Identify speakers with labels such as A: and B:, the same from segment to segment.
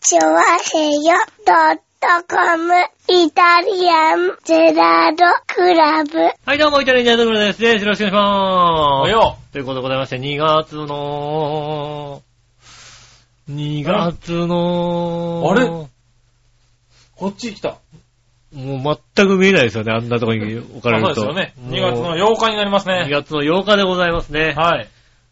A: チョワヘヨドットコムイタリアンゼラードクラブ。
B: はい、どうも、イタリアンジャズムラです。よろしくお願いしま
C: お
B: す。
C: よ
B: ということでございまして、2月の、2月の、
C: あれこっち来た。
B: もう全く見えないですよね、あんなとこに置かれ
C: あ
B: る
C: そ
B: と。
C: うですよね。
B: もう
C: 2月の8日になります
B: 2
C: ね。
B: 月の8日でございますね。
C: はい。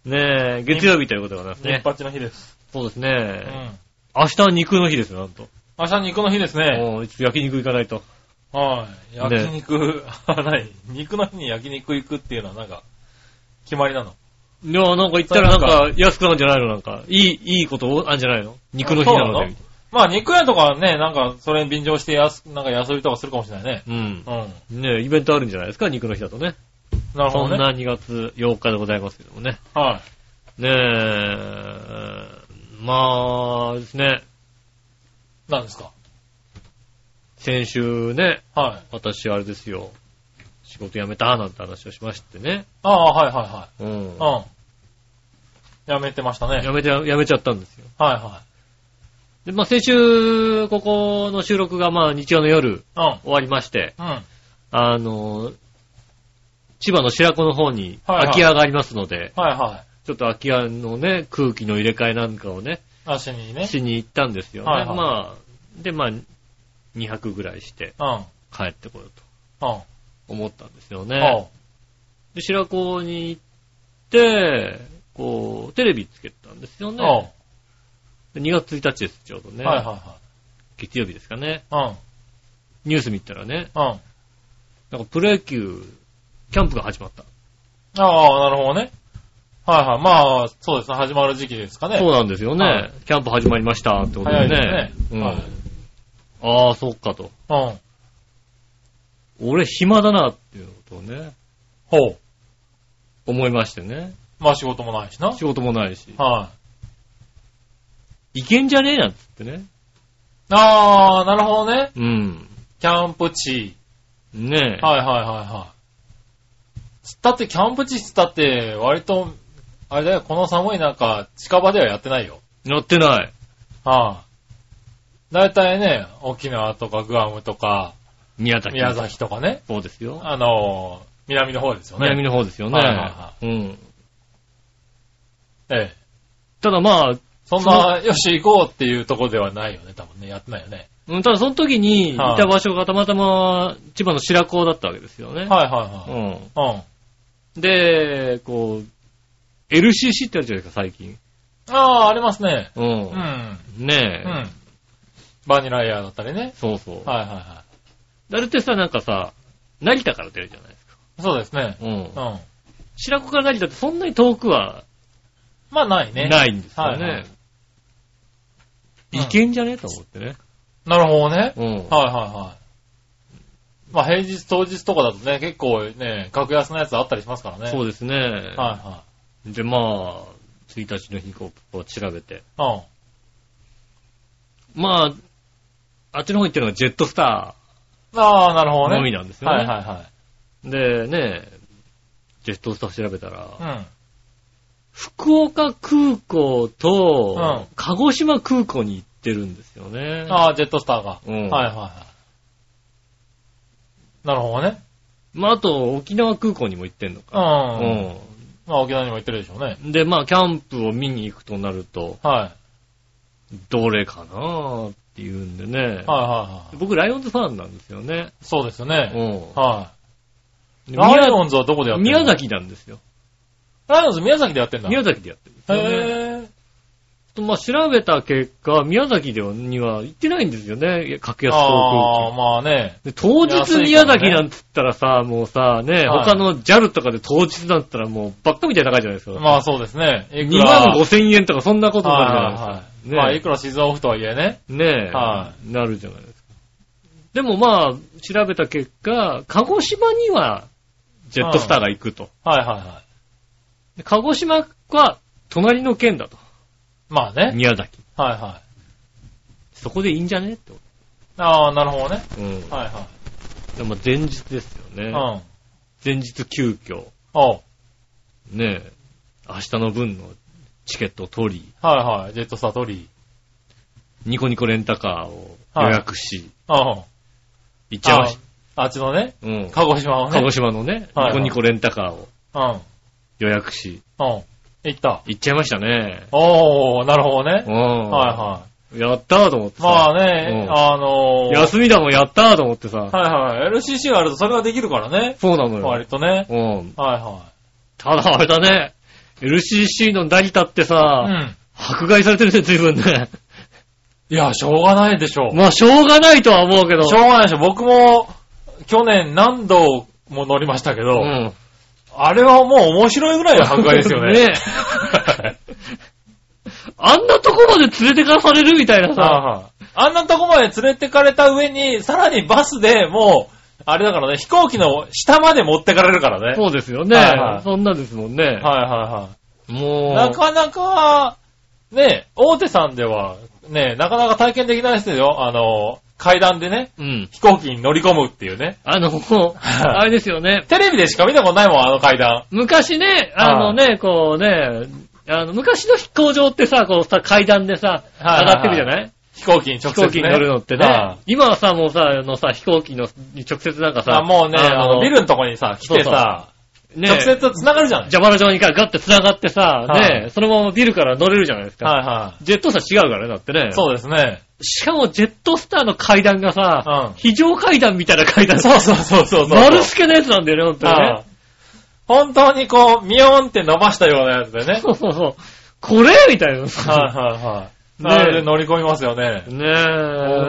B: ねえ、月曜日ということでございます
C: ニッ
B: ね。
C: パチの日です。
B: そうです
C: う
B: ね。
C: ん。
B: 明日は肉の日ですよ、なんと。
C: 明日肉の日ですね。
B: もう、ちょっと焼肉行かないと。
C: はい。
B: ね
C: 焼肉、 ない。肉の日に焼肉行くっていうのはなんか、決まりなの。
B: いや、なんか行ったらなんか安くなるんじゃないのなんか、いい、いいことあんじゃないの肉の日なので。みたい
C: まあ肉屋とかはね、なんかそれに便乗して安、なんか安売りとかするかもしれないね。
B: なうん
C: う。ん。
B: ねえ、イベントあるんじゃないですか肉の日だとね。
C: なる
B: そ
C: ほ
B: ん
C: どね。
B: な2月8日でございますけどもね。
C: はい。
B: ねえ、まあですね、
C: なんですか。
B: 先週ね、
C: はい。
B: 私あれですよ、仕事辞めたなんて話をしましてね。
C: ああ、はいは
B: うん
C: い。はい。うん。やめてましたね。はい
B: 辞めて、辞めちゃったんですよ。
C: は
B: で、まあ先週、ここの収録がまあ日曜の夜
C: い。
B: 終わりまして、
C: うん。うん。
B: あの、千葉の白子の方に
C: はいはい
B: 空き家がありますので、
C: はいはい。
B: ちょっと空き家のね、空気の入れ替えなんかをね、
C: 足にね。
B: しに行ったんですよね。
C: はいはい
B: まあ、で、まあ、2泊ぐらいして
C: うん。うん。
B: 帰ってこようと
C: あ
B: 思ったんですよ
C: あ
B: ね。。で、白子に行って、こう、テレビつけたんですよ
C: ああ
B: ね。で2月1日です、ちょうどね。
C: はいは
B: 月曜日ですかね。
C: いはい。
B: ニュース見たらね、
C: うん。うん。
B: なんかプロ野球、キャンプが始まった。
C: ああ、なるほどね。はいはい。まあ、そうですね。始まる時期ですかね。
B: そうなんですよね。
C: はい
B: キャンプ始まりましたってことで
C: 早い
B: ね。
C: ですね
B: うん
C: はい
B: ああ、そっかと。
C: うん。
B: 俺暇だなっていうことをね、
C: ほう。
B: 思いましてね。
C: まあ仕事もないしな。
B: 仕事もないし。
C: はい。
B: いけんじゃねえなんつってね。
C: ああ、なるほどね。
B: うん。
C: キャンプ地。
B: ねえ。
C: はいはいはいはい。つったって、キャンプ地つったって、割と、あれだよ、この寒い中、近場ではやってないよ。
B: やってない。
C: はい。だいたいね、沖縄とかグアムとか、
B: 宮崎。
C: 宮。崎とかね、
B: そうですよ。
C: あのー、南の方ですよね。
B: 南の方ですよね。
C: はいは
B: うん。
C: ええ。
B: ただまあ、
C: そんな、よし行こうっていうとこではないよね、多分ね、やってないよね。
B: うんただその時にい
C: はい
B: た場所がたまたま千葉の白子だったわけですよね。
C: はいはいはい。うん。
B: うん。で、こう、LCC ってあるじゃないですか、最近。
C: ああ、ありますね。
B: う。
C: うんん。
B: ね
C: う
B: え。
C: ん。バニラエアだったりね。
B: そうそう。
C: はいはいは
B: あれってさ、なんかさ、成田から出るじゃないですか。
C: い。そうですね。
B: うん
C: う。ん。
B: 白子から成田ってそんなに遠くは
C: まあないね。
B: ないんですよ
C: はいはい
B: ね。
C: うん
B: いけんじゃねえと思ってね。
C: なるほどね。
B: うん。
C: はいはいはい。まあ平日当日とかだとね、結構ね、格安のやつあったりしますからね。
B: そううですね。
C: は
B: で、まあ、1日の日こうこう調べて。
C: いはい。
B: まあ、あっちの方行ってるのがジェットスタ
C: うん。ああ、なるほ
B: ー
C: どね。
B: のみなんですよね。
C: はいはいは
B: で、ね、ジェットスター調べたら、
C: い。うん。
B: 福岡空港と、
C: う
B: 鹿児島空港に行ってるんですよね。
C: ああ、ジェットスターが。
B: うん
C: はいはいはい。なるほどね。
B: まあ、あと、沖縄空港にも行ってんの
C: うん。
B: か。
C: まあ沖縄にも行ってるでしょうね。
B: うんで、まあ、キャンプを見に行くとなると、
C: は
B: どれかなっていうんでね
C: い。はい。はいはい。
B: 僕、ライオンズファンなんですよね。
C: そうですよね。
B: うん
C: は
B: で
C: い。ライ
B: 宮
C: オンズはどこでやってるの
B: 宮。崎なんですよ。
C: ライオンズ宮崎でやってんだ。
B: 宮崎でやってるんですよね。
C: へぇ
B: まあ、調べた結果、宮崎ではには行ってないんですよね、格安航
C: ああ、
B: 空機。
C: まあね。
B: で当日宮崎なんつったらさ、もうさ、ね、
C: はい
B: 他の JAL とかで当日だったらもうばっかみたいな高いじゃないですか。
C: まあそうですね。い
B: 2
C: くら
B: 万5千円とかそんなことになるじゃないですか。
C: はいはいはい
B: ね
C: まあいくら静岡府とはいえね。
B: ねえ、
C: は
B: なるじゃないですか。でもまあ、調べた結果、鹿児島にはジェットスターが行くと。
C: はいはいはい。
B: で鹿児島は隣の県だと。
C: まあね。
B: 宮崎。
C: はいはい。
B: そこでいいんじゃねってこ
C: ああ、なるほどね。
B: と。うん。
C: はいは
B: でも前日ですよね。
C: い。うん。
B: 前日急遽、
C: おう
B: ねえ、明日の分のチケットを取り、
C: はいはい。ジェットスター取り。
B: ニコニコレンタカーを予約し、
C: あ
B: 行っちゃいま
C: あ
B: し。
C: あっちのね、
B: た。うん。
C: 鹿児島をね。
B: 鹿児島のね、
C: はい
B: ニコニコレンタカーを
C: うん。
B: 予約し、
C: うん。行った。
B: 行っちゃいましたね。
C: おー、なるほどね
B: う。ん。は
C: はい
B: やったーと思って
C: いはい。ま
B: さ。
C: あね、
B: うん
C: あのー、
B: 休みだもん、やったーと思ってさ。
C: はいはい。LCC があるとそれができるからね。
B: そうなのよ。
C: 割とね。
B: うん。
C: はいは
B: ただあれだね、LCC の成田って
C: い。う
B: さ、
C: ん。
B: 迫害されてるね、随分ね。
C: いや、しょうがないでしょう。
B: まあ、しょうがないとは思うけど。
C: しょうがないでしょ。僕も、去年何度も乗りましたけど、
B: うん。
C: あれはもう面白いぐらいの迫害ですよね。
B: ねえあんなとこまで連れてかされるみたいなさ。
C: ああんなとこまで連れてかれた上に、さらにバスでもう、あれだからね、飛行機の下まで持ってかれるからね。
B: そうですよね
C: はいはい。
B: そんなですもんね。
C: はいは
B: も。
C: いうはい。なかなか、ね、大手さんでは、ね、なかなか体験できないですよ。あの、階段でね、
B: うん。
C: 飛行機に乗り込むっていうね。
B: あの、あれですよね。
C: テレビでしか見たことないもん、あの階段。
B: 昔ね、あのね、こうね、あの、昔の飛行場ってさ、こうさ、階段でさ、上
C: はいは
B: が
C: い
B: ってるじゃない
C: 飛行機に直
B: 飛
C: 接、ね。
B: 行機に乗るのって
C: は
B: ね
C: い。
B: 今はさ、もうさ、あのさ、飛行機の、に直接なんかさ、
C: あ、もうね、あの、ビルのとこにさ、来てさ、
B: ね、
C: 直接繋がるじゃない。
B: 蛇腹状にガッて繋がってさ、
C: はい
B: ね、そのままビルから乗れるじゃないですか。
C: はいは
B: ジェットスター違うからね、だってね
C: い。。そうですね。
B: しかもジェットスターの階段がさ
C: うん、
B: 非常階段みたいな階段。
C: そうそうそうそうそう。
B: 丸助のやつなんだよね、本当に
C: あ
B: ね
C: あ。本当にこう、ミヨーンって伸ばしたようなやつで ね。
B: そうそうそう。これみたいなさ。
C: はいはいはい。
B: ねえ
C: あれで乗り込みますよね。
B: ね
C: 僕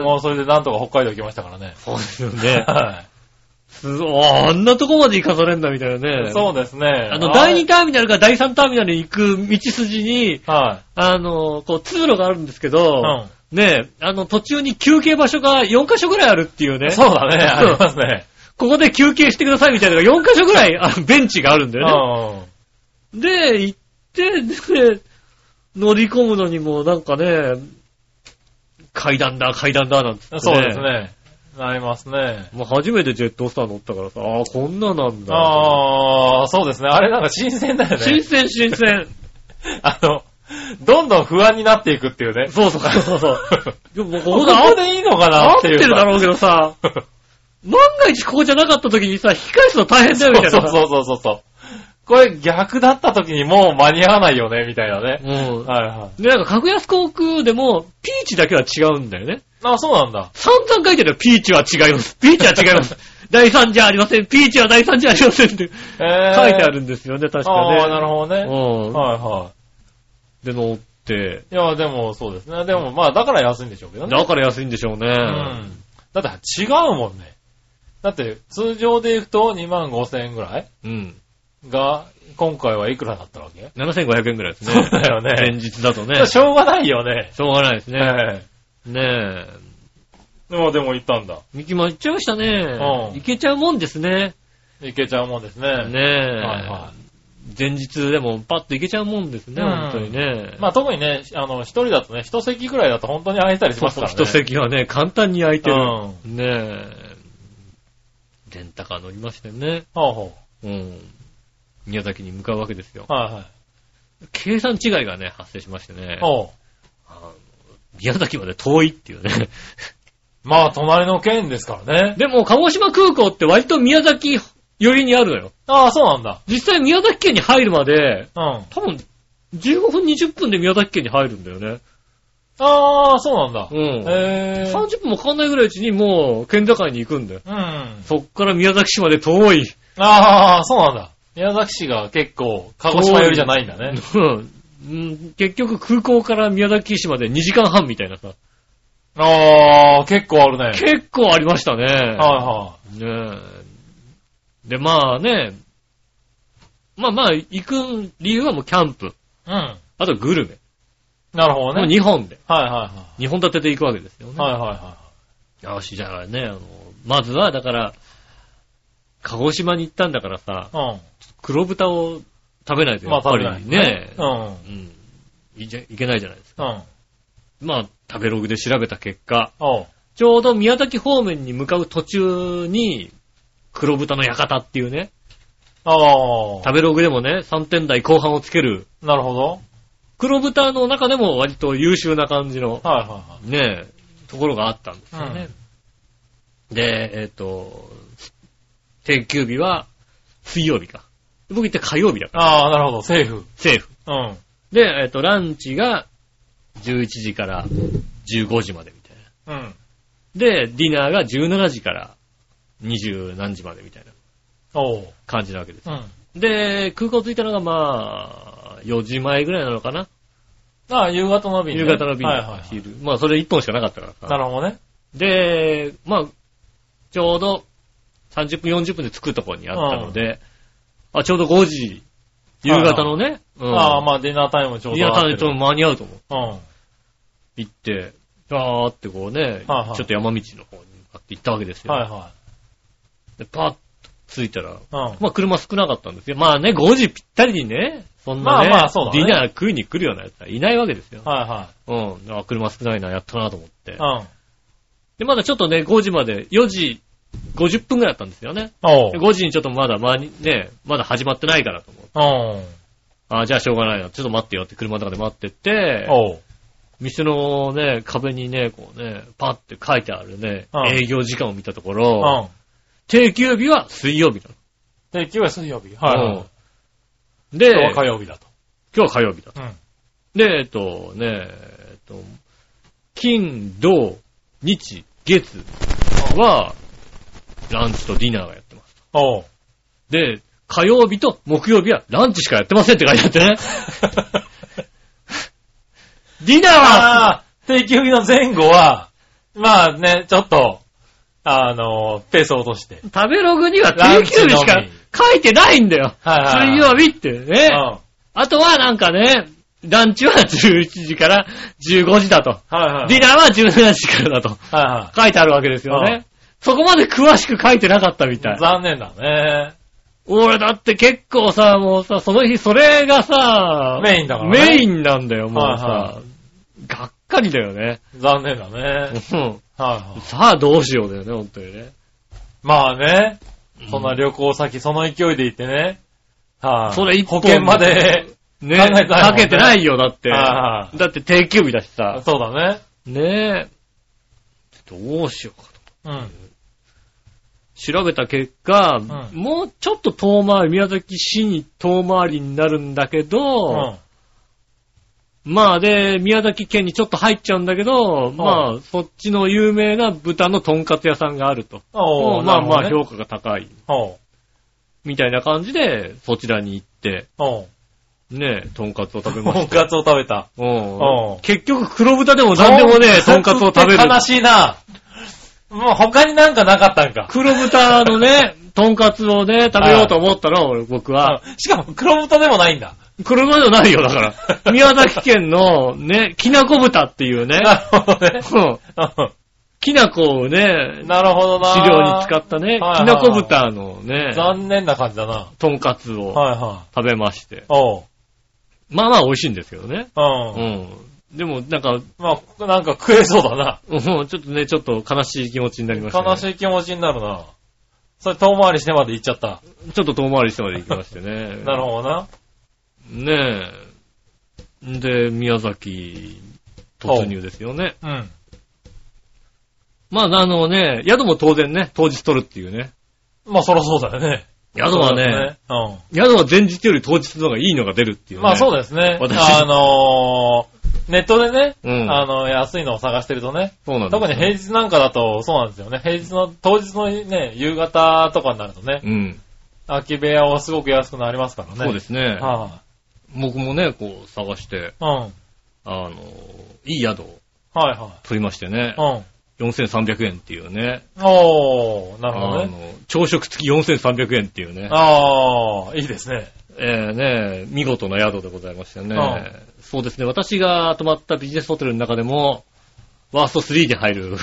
B: え。
C: もそれでなんとか北海道行きましたからね。
B: そうですよ ね。
C: は。
B: すああんなとこまで行かされんだみたいないね。
C: そうですね。
B: あの、第2
C: 二
B: ターミナルから第3ターミナルに行く道筋に、
C: は
B: あの、こう、通路があるんですけ
C: い。う
B: ど、
C: ん。
B: ねえ、あの、途中に休憩場所が4カ所ぐらいあるっていうね。
C: そうだね。ありますね。
B: ここで休憩してくださいみたいなのが4カ所ぐらい、あの、ベンチがあるんだ
C: う
B: よね。
C: ん。
B: で、行って、で、乗り込むのにもなんかね、階段だ、階段だ、なんつって、
C: そうです。ね。なりますね。
B: もう初めてジェットスター乗ったからさ、ああ、こんななんだ。
C: ああ、そうですね。あれなんか新鮮だよね。
B: 新鮮、新鮮。
C: あの、どんどん不安になっていくっていうね。
B: そうそうそう そう。でもこ
C: こ
B: こ
C: こ
B: だ、合っ
C: でいいのかな
B: 合
C: っ
B: ってて
C: いう
B: る
C: か。
B: だろうけどさ、万が一ここじゃなかった時にさ、引き返すの大変だよ、みたいな。
C: そうそうそうそうそう。これ逆だった時にもう間に合わないよね、みたいなね。
B: うん。
C: はいはい。
B: で、なんか格安航空でも、ピーチだけは違うんだよね。
C: あ、そうなんだ。
B: 散々書いてるよ。ピーチは違います。ピーチは違い ます。第3じゃありません。ピーチは第3じゃありませんって
C: えー、
B: 書いてあるんですよね、確かね。
C: ああ、なるほどね。
B: うん。
C: はいは
B: で、乗って。
C: い。いや、でもそうですね。でもまあ、だから安いんでしょうけどね。
B: だから安いんでしょうね。
C: うん。だって違うもんね。だって、通常で行くと2万5千円ぐらい
B: うん。
C: が、今回はいくらだったわけ
B: 7500円くらいですね。
C: そうだよね
B: 前日だとね。
C: しょうがないよね。
B: しょうがないですね。
C: え
B: ねえ。
C: え。でも、でも行ったんだ。
B: ミキも行っちゃいましたね。
C: うん
B: 行けちゃうもんですね。
C: いけちゃうもんですね。
B: ねえ。
C: はいは
B: 前日でもパッと行けちゃうもんですね、
C: うん
B: 本当にね。
C: まあ特にね、あの、一人だとね、一席ぐらいだと本当に空いたりし
B: そう
C: ます
B: そ
C: か
B: う
C: らね。
B: 一席はね、簡単に空いてる。
C: うん。
B: ねえ。レンタカー乗りましてね。
C: ほうほ
B: うん。宮崎に向かうわけですよ
C: う。。はいはい。
B: 計算違いがね、発生しましてね。
C: ほ
B: あの宮崎まで遠いっていうね。
C: う。まあ隣の県ですからね。
B: でも、鹿児島空港って割と宮崎寄りにあるのよ。
C: ああ、そうなんだ。
B: 実際宮崎県に入るまで、
C: うん。
B: 多分、15分、20分で宮崎県に入るんだよね。
C: ああ、そうなんだ。
B: うん。
C: へえ。
B: 30分もかかんないぐらいうちにもう、県境に行くんだよ。
C: うん。
B: そっから宮崎市まで遠い。
C: ああ、そうなんだ。宮崎市が結構、鹿児島寄りじゃないんだね。
B: うんうん。結局空港から宮崎市まで2時間半みたいなさ。
C: ああ、結構あ るね。
B: 結構ありましたね。
C: はいは
B: ねえ。で、まあね、まあまあ、行く理由はもうキャンプ。
C: い。う
B: あとグルメ。
C: ん。なるほど
B: もう
C: ね。
B: 日本で。
C: はいは
B: 日本立てで行くわけですよ
C: い
B: ね。
C: はい。はいはいは
B: よし、じゃあね、あの、まずは、だから、鹿児島に行ったんだからさ、
C: い。
B: 黒豚を食べないと
C: うん。ま
B: や
C: あ
B: っぱ
C: 食
B: り
C: べない。
B: ね、
C: うん。
B: うん、いけいけないじゃないですか。
C: うん。
B: まあ、食べログで調べた結果、
C: おう。
B: ちょうど宮崎方面に向かう途中に、黒豚の館っていうね、
C: ああ。
B: 食べログでもね、3点台後半をつける
C: なるほど。
B: 黒豚の中でも割と優秀な感じの、
C: はいは
B: ねえ、ところがあったんですよね。で、えっ、と、定休日は水曜日か。僕行って火曜日だ
C: い。
B: から、
C: ああ、なるほど、セーフ。
B: セーフ。
C: うん。
B: で、えっ、と、ランチが11時から15時までみたいな。
C: うん。
B: で、ディナーが17時から20何時までみたいな
C: おう。
B: 感じなわけです。
C: うん。
B: で、空港着いたのがまあ、4時前ぐらいなのかな。
C: ああ、夕方の便ね、
B: 夕方の便
C: は
B: だ
C: い
B: っ
C: は
B: た、
C: いはい。
B: 昼。まあ、それ1本しかなかったからさ
C: なるほどね。
B: で、まあ、ちょうど30分、40分で着くところにあったので、あ、ちょうど5時、夕方のね、うん
C: ああ、まあ、ディナータイムちょうど。
B: いや、多分ちょっと間に合うと思う。
C: うん。はい
B: 行って、ダーってこうね、
C: はいはい
B: ちょっと山道の方に向かって行ったわけですよ。
C: は
B: で、パッと着いたら、
C: い。うん。
B: まあ車少なかったんですよ。まあね、5時ぴったりにね、そんなね、
C: まあまあそうだね
B: ディナー食いに来るようなやつはいないわけですよ。
C: は
B: うん。あ、車少ないな、やったなと思って
C: い。はい。
B: で、まだちょっとね、5時まで、4時50分ぐらいだったんですよね。
C: うん。おう。
B: 5時にちょっとまだ間に、ね、まだ始まってないからと思う。
C: うん。
B: あじゃあしょうがないな。ちょっと待ってよって車の中で待ってって、
C: おう。
B: 店のね、壁にね、こうね、パッて書いてあるね
C: うん、
B: 営業時間を見たとこ
C: う
B: ろ、
C: ん。
B: 定休日は水曜日な
C: で、今日は水曜日。はいはい。
B: の。うんで、
C: 今日は火
B: 今
C: 曜日だと。
B: 日は火曜日だ。
C: うん。
B: で、えっとね、えっと、金、土、日、月は、ランチとディナーがやってます。
C: おう。
B: で、火曜日と木曜日はランチしかやってませんって書いてあ ってね。ディナーは
C: ああ、定休日の前後は、まあね、ちょっと、あの、ペースを落として。
B: 食べログには定休日し
C: ラ
B: か
C: ンチ
B: 書いてないんだよ。
C: はいはいはい
B: 水曜日ってね
C: うん。。はい
B: あとはなんかね、ランチは11時から15時だと。
C: はい。
B: ディナーは17時からだと。
C: はいは
B: 書いてあるわけですよね。そこまで詳しく書いてなかったみたい
C: い。。残念だね。
B: 俺だって結構さ、もうさ、その日それがさ、
C: メインだからね
B: メインなんだよ、もうさ。
C: はいは
B: がっかりだよね。
C: 残念だね。
B: うん
C: はいはい。
B: さあどうしようだよね、本当にね。
C: まあね、そんな旅行先、その勢いで行ってね。はい。
B: それ一本
C: 保険まで。
B: ね
C: 考えてないもんね
B: かけてないよ、だって。
C: は
B: だ
C: い
B: って定休日だしさ。
C: そうだね。
B: ねえ。どうしようかと。
C: うん。
B: 調べた結果、
C: ん
B: もうちょっと遠回り、宮崎市に遠回りになるんだけ
C: う
B: ど、
C: ん。
B: まあで、宮崎県にちょっと入っちゃうんだけど、まあ、そっちの有名な豚のとんかつ屋さんがあると。
C: おー
B: まあまあ
C: なる
B: 評価が高い。
C: ほ
B: みたいな感じで、そちらに行って、
C: どね
B: ねえ、とんかつを食べ
C: おう。
B: ま
C: とん
B: した。
C: かつを食べた。
B: うん
C: うん
B: 結局黒豚でも何でもねえ、とんかつを食べる
C: とん。か つって悲しいな。もう他になんかなかったんか。
B: 黒豚のね、とんかつをね、食べようと思ったら、俺、僕は。
C: しかも黒豚でもないんだ。
B: 黒豚じゃないよ、だ から。宮崎県の、ね、きなこ豚っていうね、
C: なるほど ね。
B: うん
C: う
B: きなこをね
C: ん、なるほどな。
B: 飼料に使ったね、
C: はい
B: きなこ豚のね、
C: 残念な感じだな。
B: とんかつを
C: はいはい。
B: 食べまして。
C: おう。
B: まあまあ美味しいんですけどね。う
C: うん。
B: ん。でも、なんか、
C: まあ、なんか食えそうだな。
B: うんちょっとね、ちょっと悲しい気持ちになりました、ね。
C: 悲しい気持ちになるな。それ遠回りしてまで行っちゃった。
B: ちょっと遠回りしてまで行きましてね。
C: なるほどな。
B: ねえ。んで、宮崎突入ですよね。
C: うん。
B: まあ、あのね、宿も当然ね、当日取るっていうね。
C: まあそらそうだよね。
B: 宿はね、
C: そうだよね。
B: 宿は前日より当日の方がいいのが出るってい
C: う。
B: うんね。
C: まあそう
B: だ
C: ですね。
B: 私
C: あのー、ネットでね、
B: うん
C: あの、安いのを探してるとね、
B: そうなんです
C: 特に平
B: よ
C: 日なんかだとそうなんですよね。平日の、当日のね、夕方とかになるとね、
B: うん。
C: 空き部屋はすごく安くなりますからね。。
B: そうですすね。
C: は
B: 僕もね、こう探して、
C: い、うん。
B: あの、いい宿を
C: はいは
B: 取りましてね
C: い。、うん。
B: 4300円っていうね、
C: おー、なるほど
B: あ
C: ね。
B: の、朝食付き4300円っていうね、
C: あー、いいですね。
B: えー、ね、見事な宿でございましたね、
C: う
B: そうですね、私が泊まったビジネスホテルの中でも、ワースト3に入 る。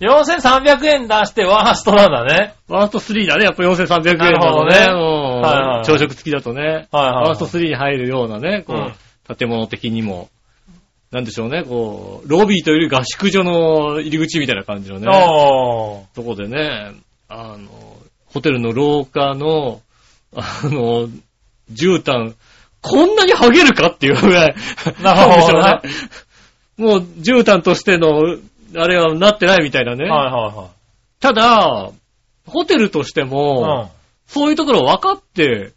C: 4300円出してワーストなんだね。
B: ワースト3だね、やっぱ4300円だとね。
C: なるほ
B: うん
C: はいはいはい
B: 朝食付きだとね、
C: はいはいはい
B: ワースト3に入るようなね、こう、建物的にも、なんでしょうね、こう、ロビーというより合宿所の入り口みたいな感じのね、
C: おー。
B: とこでね、あの、ホテルの廊下の、あの、絨毯、こんなにハゲるかっていうぐらい。
C: なるほどね
B: なんでしょう ねもう、絨毯としての、あれはなってないみたいなね。
C: いは
B: ただ、ホテルとして
C: い
B: も、
C: はい。
B: そういうところ分かって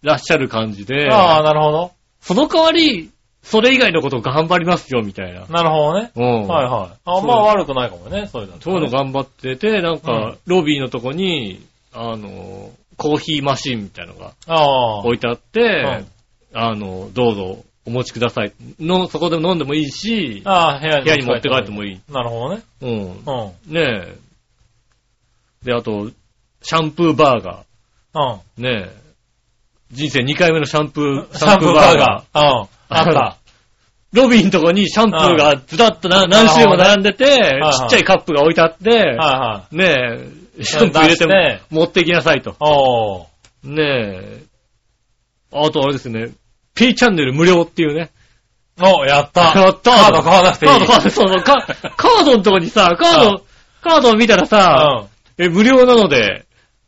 B: らっしゃる感じ
C: う
B: で
C: ん。、ああ、なるほど。
B: その代わり、それ以外のことを頑張りますよ、みたいな。
C: なるほどね。
B: うん。
C: はいはい。あんまあ悪くないかもね、そういうの。
B: そういうの
C: が。
B: 頑張ってて、なん
C: う
B: か、ロビーのとこに、あの、コーヒーマシンみたいなのが
C: ああ。
B: 置いてあって
C: うん、
B: あの、どうぞお持ちください。の、そこでも飲んでもいいし、
C: ああ、部屋に。
B: 部屋に持って帰ってもいい。
C: なるほどね。
B: うん。
C: うん。うん。
B: ねえ。で、あと、シャンプーバーガ
C: あ
B: ー。ねえ。人生2回目のシャンプー、
C: シャンプーバーガ
B: ー。
C: ー。うん。 あった。
B: ロビーのとこにシャンプーがずらっとな何種類も並んでて、
C: はい
B: ちっちゃいカップが置いてあって、
C: はいはい。
B: ねえ、シャンプー入れても
C: 出して
B: 持ってきなさいと。
C: おー。
B: ねえ。あとあれですね、P チャンネル無料っていうね。
C: お、やっ た。
B: やった
C: カード買わなくていい。
B: カード、カード、 そうそう、カカードのとこにさ、カー
C: う
B: ド、カードを見たらさ、
C: うん。
B: え、無料なので、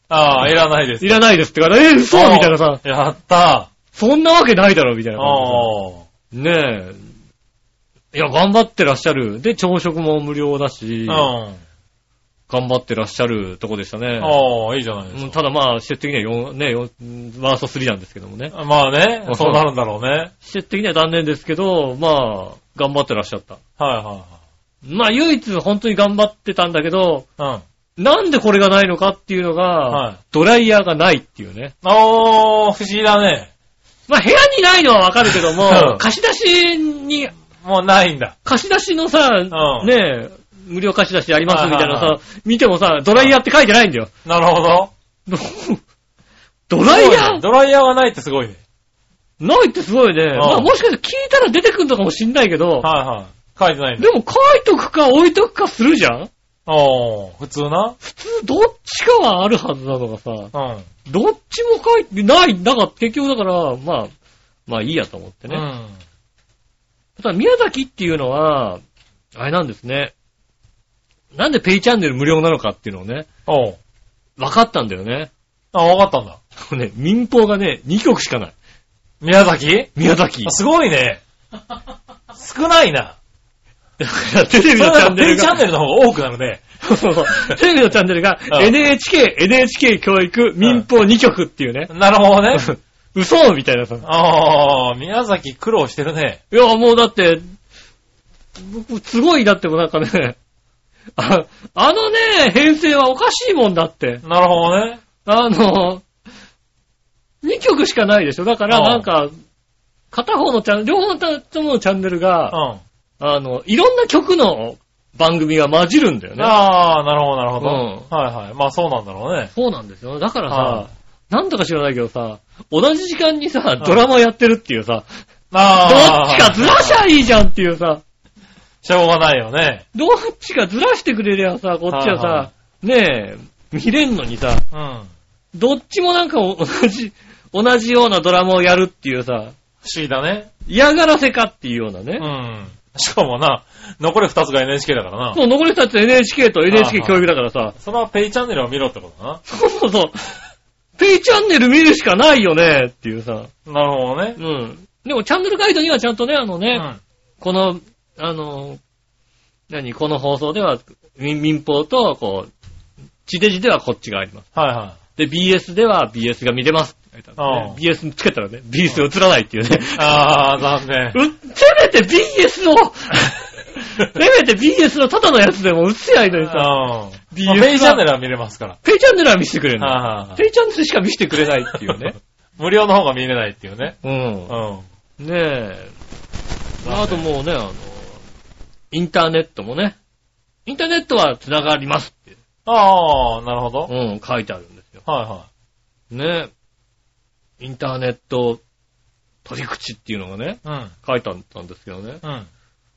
C: ああ、いらないです。
B: いらないですってから、え、嘘みたいなさ、
C: やった。
B: そんなわけないだろ、みたいな感
C: おー。
B: じでさ。ねえ。いや、頑張ってらっしゃる。で、朝食も無料だし、
C: うん。
B: 頑張ってらっしゃるとこでしたね。
C: おー、いいじゃないです
B: うんただまあ、施設的には4、ね、4、ワースト3なんですけどもね。
C: か。まあね
B: う、ん
C: そうなるんだろうね。
B: 施設的には残念ですけど、まあ、頑張ってらっしゃった。
C: はいは
B: まあ、唯一本当に頑張ってたんだけど、
C: いはい。
B: なんでこれがないのかっていうのが、
C: はい
B: ドライヤーがないっていうね。
C: うん。おー、不思議だね。
B: まあ、部屋にないのはわかるけど
C: う
B: も、
C: ん
B: 貸し出しに、
C: もうないんだ。
B: 貸し出しのさ、
C: ん
B: ねえ、無料貸し出しありますみたいな
C: はいはい
B: さ、見てもさ、ドライヤーって書いてないんだよ。
C: なるほど。
B: ドライヤ
C: すごいね
B: ー
C: ドライヤーがないってすごいね。
B: ないってすごいね。
C: ん
B: まあ、もしかして聞いたら出てくるのかもしんないけど、
C: はいはい。書いてないんだ
B: で。も書いとくか置いとくかするじゃん
C: おー、普通な。
B: 普通どっちかはあるはずなのがさ、
C: うん。
B: どっちも書いてない、だから結局だから、まあ、まあいいやと思って
C: う
B: ね。
C: ん。
B: ただ宮崎っていうのは、あれなんですね。なんでペイチャンネル無料なのかっていうのをね、
C: おー。
B: 分かったんだよね。
C: あ、わかったんだ。
B: これね、民放がね、2局しかない。
C: 宮崎
B: 宮崎
C: あ。すごい ね。少ないな。
B: だからテレ
C: そ
B: ビ
C: れ
B: のチャ
C: は
B: ンネ
C: ペ
B: ル
C: イチャン
B: が、
C: ネルの方が多くなるね。
B: そうそうそう テレビのチャンネルが
C: うん
B: NHK、NHK 教育、民放2局っていうね。
C: なるほどね。
B: 嘘みたいなさ。
C: ああ、宮崎苦労してるね。
B: いや、もうだって、僕すごいだってもうなんかね、ああのね、編成はおかしいもんだって。
C: なるほどね。
B: あの、2曲しかないでしょ。だから
C: うん
B: なんか、片方のチャンネル、両方のチャンネル
C: う
B: が、
C: ん。
B: あの、いろんな曲の番組が混じるんだよね。
C: ああ、なるほど、なるほど。
B: う
C: はいはい。まあそうなんだろうね。
B: そうなんですよ。だから
C: は
B: さ、なんとか知らないけどさ、同じ時間にさ、ドラマやってるっていうさ、ど
C: ああ。
B: っちかずらしゃいいじゃんっていうさ、
C: しょうがないよね。
B: どっちかずらしてくれりゃさ、こっちは
C: は
B: さ、ねえ、見れんのにさ、
C: うん。
B: どっちもなんか同じ、同じようなドラマをやるっていうさ、
C: 不思議だね。
B: 嫌がらせかっていうような
C: う
B: ね。
C: ん。しかもな、残り二つが NHK だからな。
B: そう、残り2つ NHK と NHK 教育だからさ、
C: それはペイチャンネルを見ろってことだ
B: そうそうそう、ペイチャンネル見るしかないよねっていうさ、
C: な。なるほどね。
B: うん。でもチャンネルガイドにはちゃんとね、あの
C: う
B: ね、
C: ん。
B: この、あの、何、この放送では、民民放と、こう、地デジではこっちがあります。
C: はいは
B: で、BS では BS が見れますって書いてあるんですね。BS つけたらね、BS 映らないっていうね。
C: い。ああ、残 念。
B: うせめて BS を、せめて BS のただのやつでも映せないのにさ、
C: うん。
B: BS は
C: ペイチャンネルは見れますから。
B: ペイチャンネルは見せてくれない。
C: はいはい
B: ペイチャンネルしか見せてくれないっていうね。
C: 無料の方が見れないっていうね。う。
B: うんん。ねえ。あともうね、あの、インターネットもね、インターネットは繋がりますって、
C: ああ、なるほど。はい
B: うん、書いてあるんですよ。
C: は
B: ねえ。インターネット取り口っていうのがね、
C: い。うん。
B: 書いてあったんですけどね。
C: うん。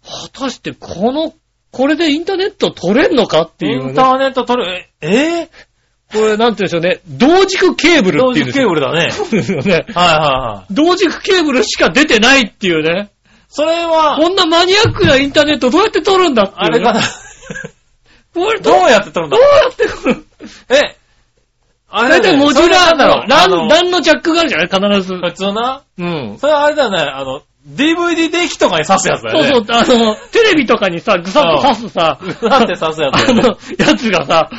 B: 果たしてこの、これでインターネット取れんのかってい
C: イ
B: う、ね。
C: ンターネット取る、え、え
B: これなんて言うんでしょうね。同軸ケーブル
C: 同
B: っていうんで
C: 時
B: す
C: ケー
B: よ。
C: ブルだね。
B: そう ですよね。
C: はいはいはい。
B: 同軸ケーブルしか出てないっていうね。
C: それは、
B: こんなマニアックなインターネットどうやって取るんだっていう、ね。
C: あれかな。
B: これど
C: ど
B: う
C: うやって取るん
B: ど
C: だ
B: うやって取る
C: え、あ
B: だいたいモジュラーの、ラ
C: ラン
B: ン、ランのジャックがあるじゃない必ず。
C: 普通な、
B: うん。
C: それあれだよね、あの、DVD デッキとかに刺すやつだ
B: そ
C: よ
B: う
C: ね。
B: そう、 あの、テレビとかにさ、ぐさっと刺すさ、
C: だって刺す やつだ
B: あ
C: よね。
B: の、やつがさ、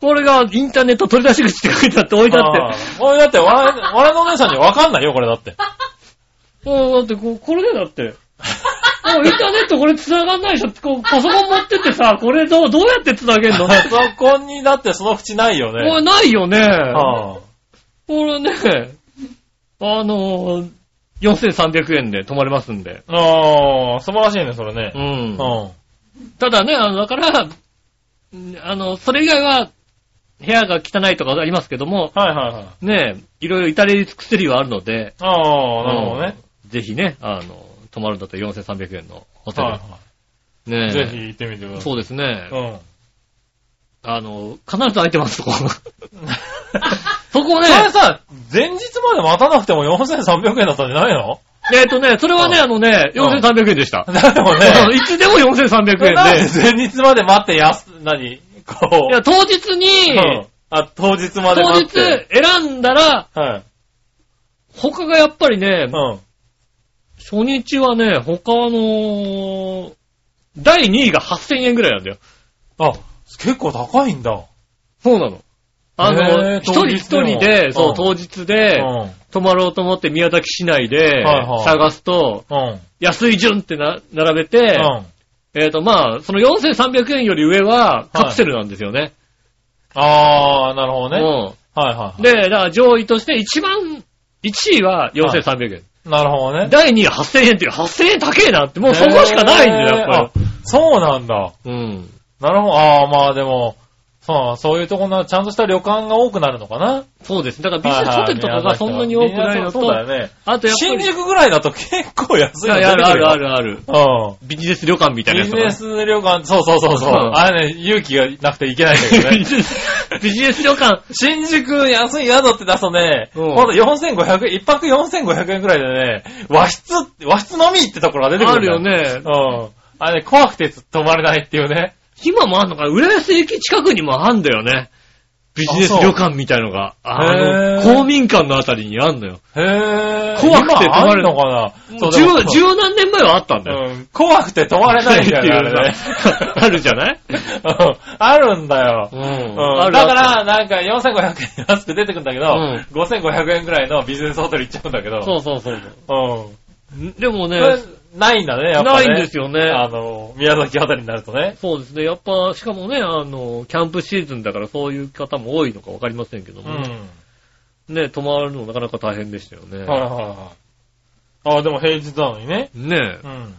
B: これがインターネット取り出し口って書いてあって置いてあって、
C: あー俺だって、わら、わらのお姉さんにはわかんないよ、これだ って。
B: もうだってこうこれでだって。もうインターネットこれ繋がんないでしょって、こうパソコン持ってってさ、これどう、どうやって繋げんの
C: パソコンにだってその口ないよ
B: これ
C: ね。
B: ないよね。
C: あ
B: これね、あのー、4300円で泊まれますんで。
C: ーあー、素晴らしいね、それね
B: う。ん。
C: うん。
B: ただね、あの、だから、んあの、それ以外は、部屋が汚いとかありますけども、
C: はいはいはい。
B: ねえ、いろいろ至れり尽くせりはあるので、
C: ああ、なるほどね。
B: ぜひね、あの、泊まるんだったら4300円のホテル。
C: は
B: ね
C: いは
B: え。
C: い。ぜひ行ってみてください。
B: そうですね。
C: うん。
B: あの、必ず空いてます、そ こ。そこね
C: そ、れさ、前日まで待たなくても4300円だったんじゃないの
B: えっとね、それはね、
C: うん
B: あのね、4300円でした。
C: だよね。
B: いつでも4300円
C: なん
B: で
C: で。前日まで待ってやす、何こ。
B: いうや、当日に、
C: うんあ、当日まで
B: 当
C: 待
B: 日
C: って。
B: 選んだら、
C: はい。
B: 他がやっぱりね、
C: うん。
B: 初日はね、他の、第2位が8000円ぐらいなんだよ。
C: あ、結構高いんだ。
B: そうなの。あ
C: へ
B: の、
C: ー
B: 一
C: 当
B: 人
C: 日
B: 一人で、
C: うん
B: そう、当日で、
C: うん。
B: 泊まろうと思って宮崎市内で
C: はいはい
B: 探すと、
C: うん。
B: 安い順ってな、並べて、
C: うん。
B: えっ、と、まあ、その4300円より上はカプセルなんですよね。
C: ああ、なるほどね。はいは
B: う
C: い
B: ん。で、だから上位として一番、1位は4300円。
C: はい。なるほどね。
B: 第2位8000円っていう、8000円高えなって、もうそこしかないんだよ、やっぱ
C: り。あそうなんだ。
B: り。うん。
C: なるほど。ああ、まあでも、そう、そういうとこな、ちゃんとした旅館が多くなるのかな。
B: そうですね。だからビジネスホテルとかがそんなに多くないのと、
C: そうだよね。
B: あとやっぱ
C: 新
B: り、
C: 宿ぐらいだと結構安いの
B: あ
C: 出
B: る
C: て
B: あ
C: く
B: るあるあ
C: る。
B: るある。
C: うん。
B: ビジネス旅館みたいな
C: ビ
B: やつ
C: ジ
B: とかね
C: ネス旅館、そうそうそうそう。
B: うん
C: あれね、勇気がなくていけないんだけど ね。
B: ビジネス旅館。
C: 新宿安い宿って出すとね、
B: うん
C: ほんと4500円、一泊4500円くらいでね、和室、和室のみってところが出てく
B: あ
C: る
B: る
C: んだ
B: よ。ね
C: う。ん。あれね、怖くて泊まれないっていうね。
B: 今もあんのかな浦安駅近くにもあんだよね。ビジネス旅館みたいのが。あ
C: へ
B: の、
C: ー
B: 公民館のあたりにあんのよ。
C: へぇー。
B: 怖くて泊まれ
C: 今あんのかな
B: 十、
C: う
B: 十何年前はあったんだよ。
C: うん、怖くて泊まれないんだよね、あれね。
B: あるじゃない
C: うん あるんだよ。
B: ん
C: うんだから、、なんか4500円安く出てくんだけど、
B: うん
C: 5500円くらいのビジネスホテル行っちゃうんだけど。
B: そうそうそう。
C: うん。
B: でも
C: そ
B: ね、
C: れないんだね、やっぱ
B: な
C: ね。
B: いんですよ
C: あ
B: ね。
C: の、宮崎あたりになるとね。
B: そうですね。やっぱ、しかもね、あの、キャンプシーズンだからそういう方も多いのかわかりませんけど
C: う
B: も、
C: ん。
B: ね、泊まるのなかなか大変でしたよね。
C: はいはいはい。ああ、でも平日なのにね。
B: ねえ
C: う、ん。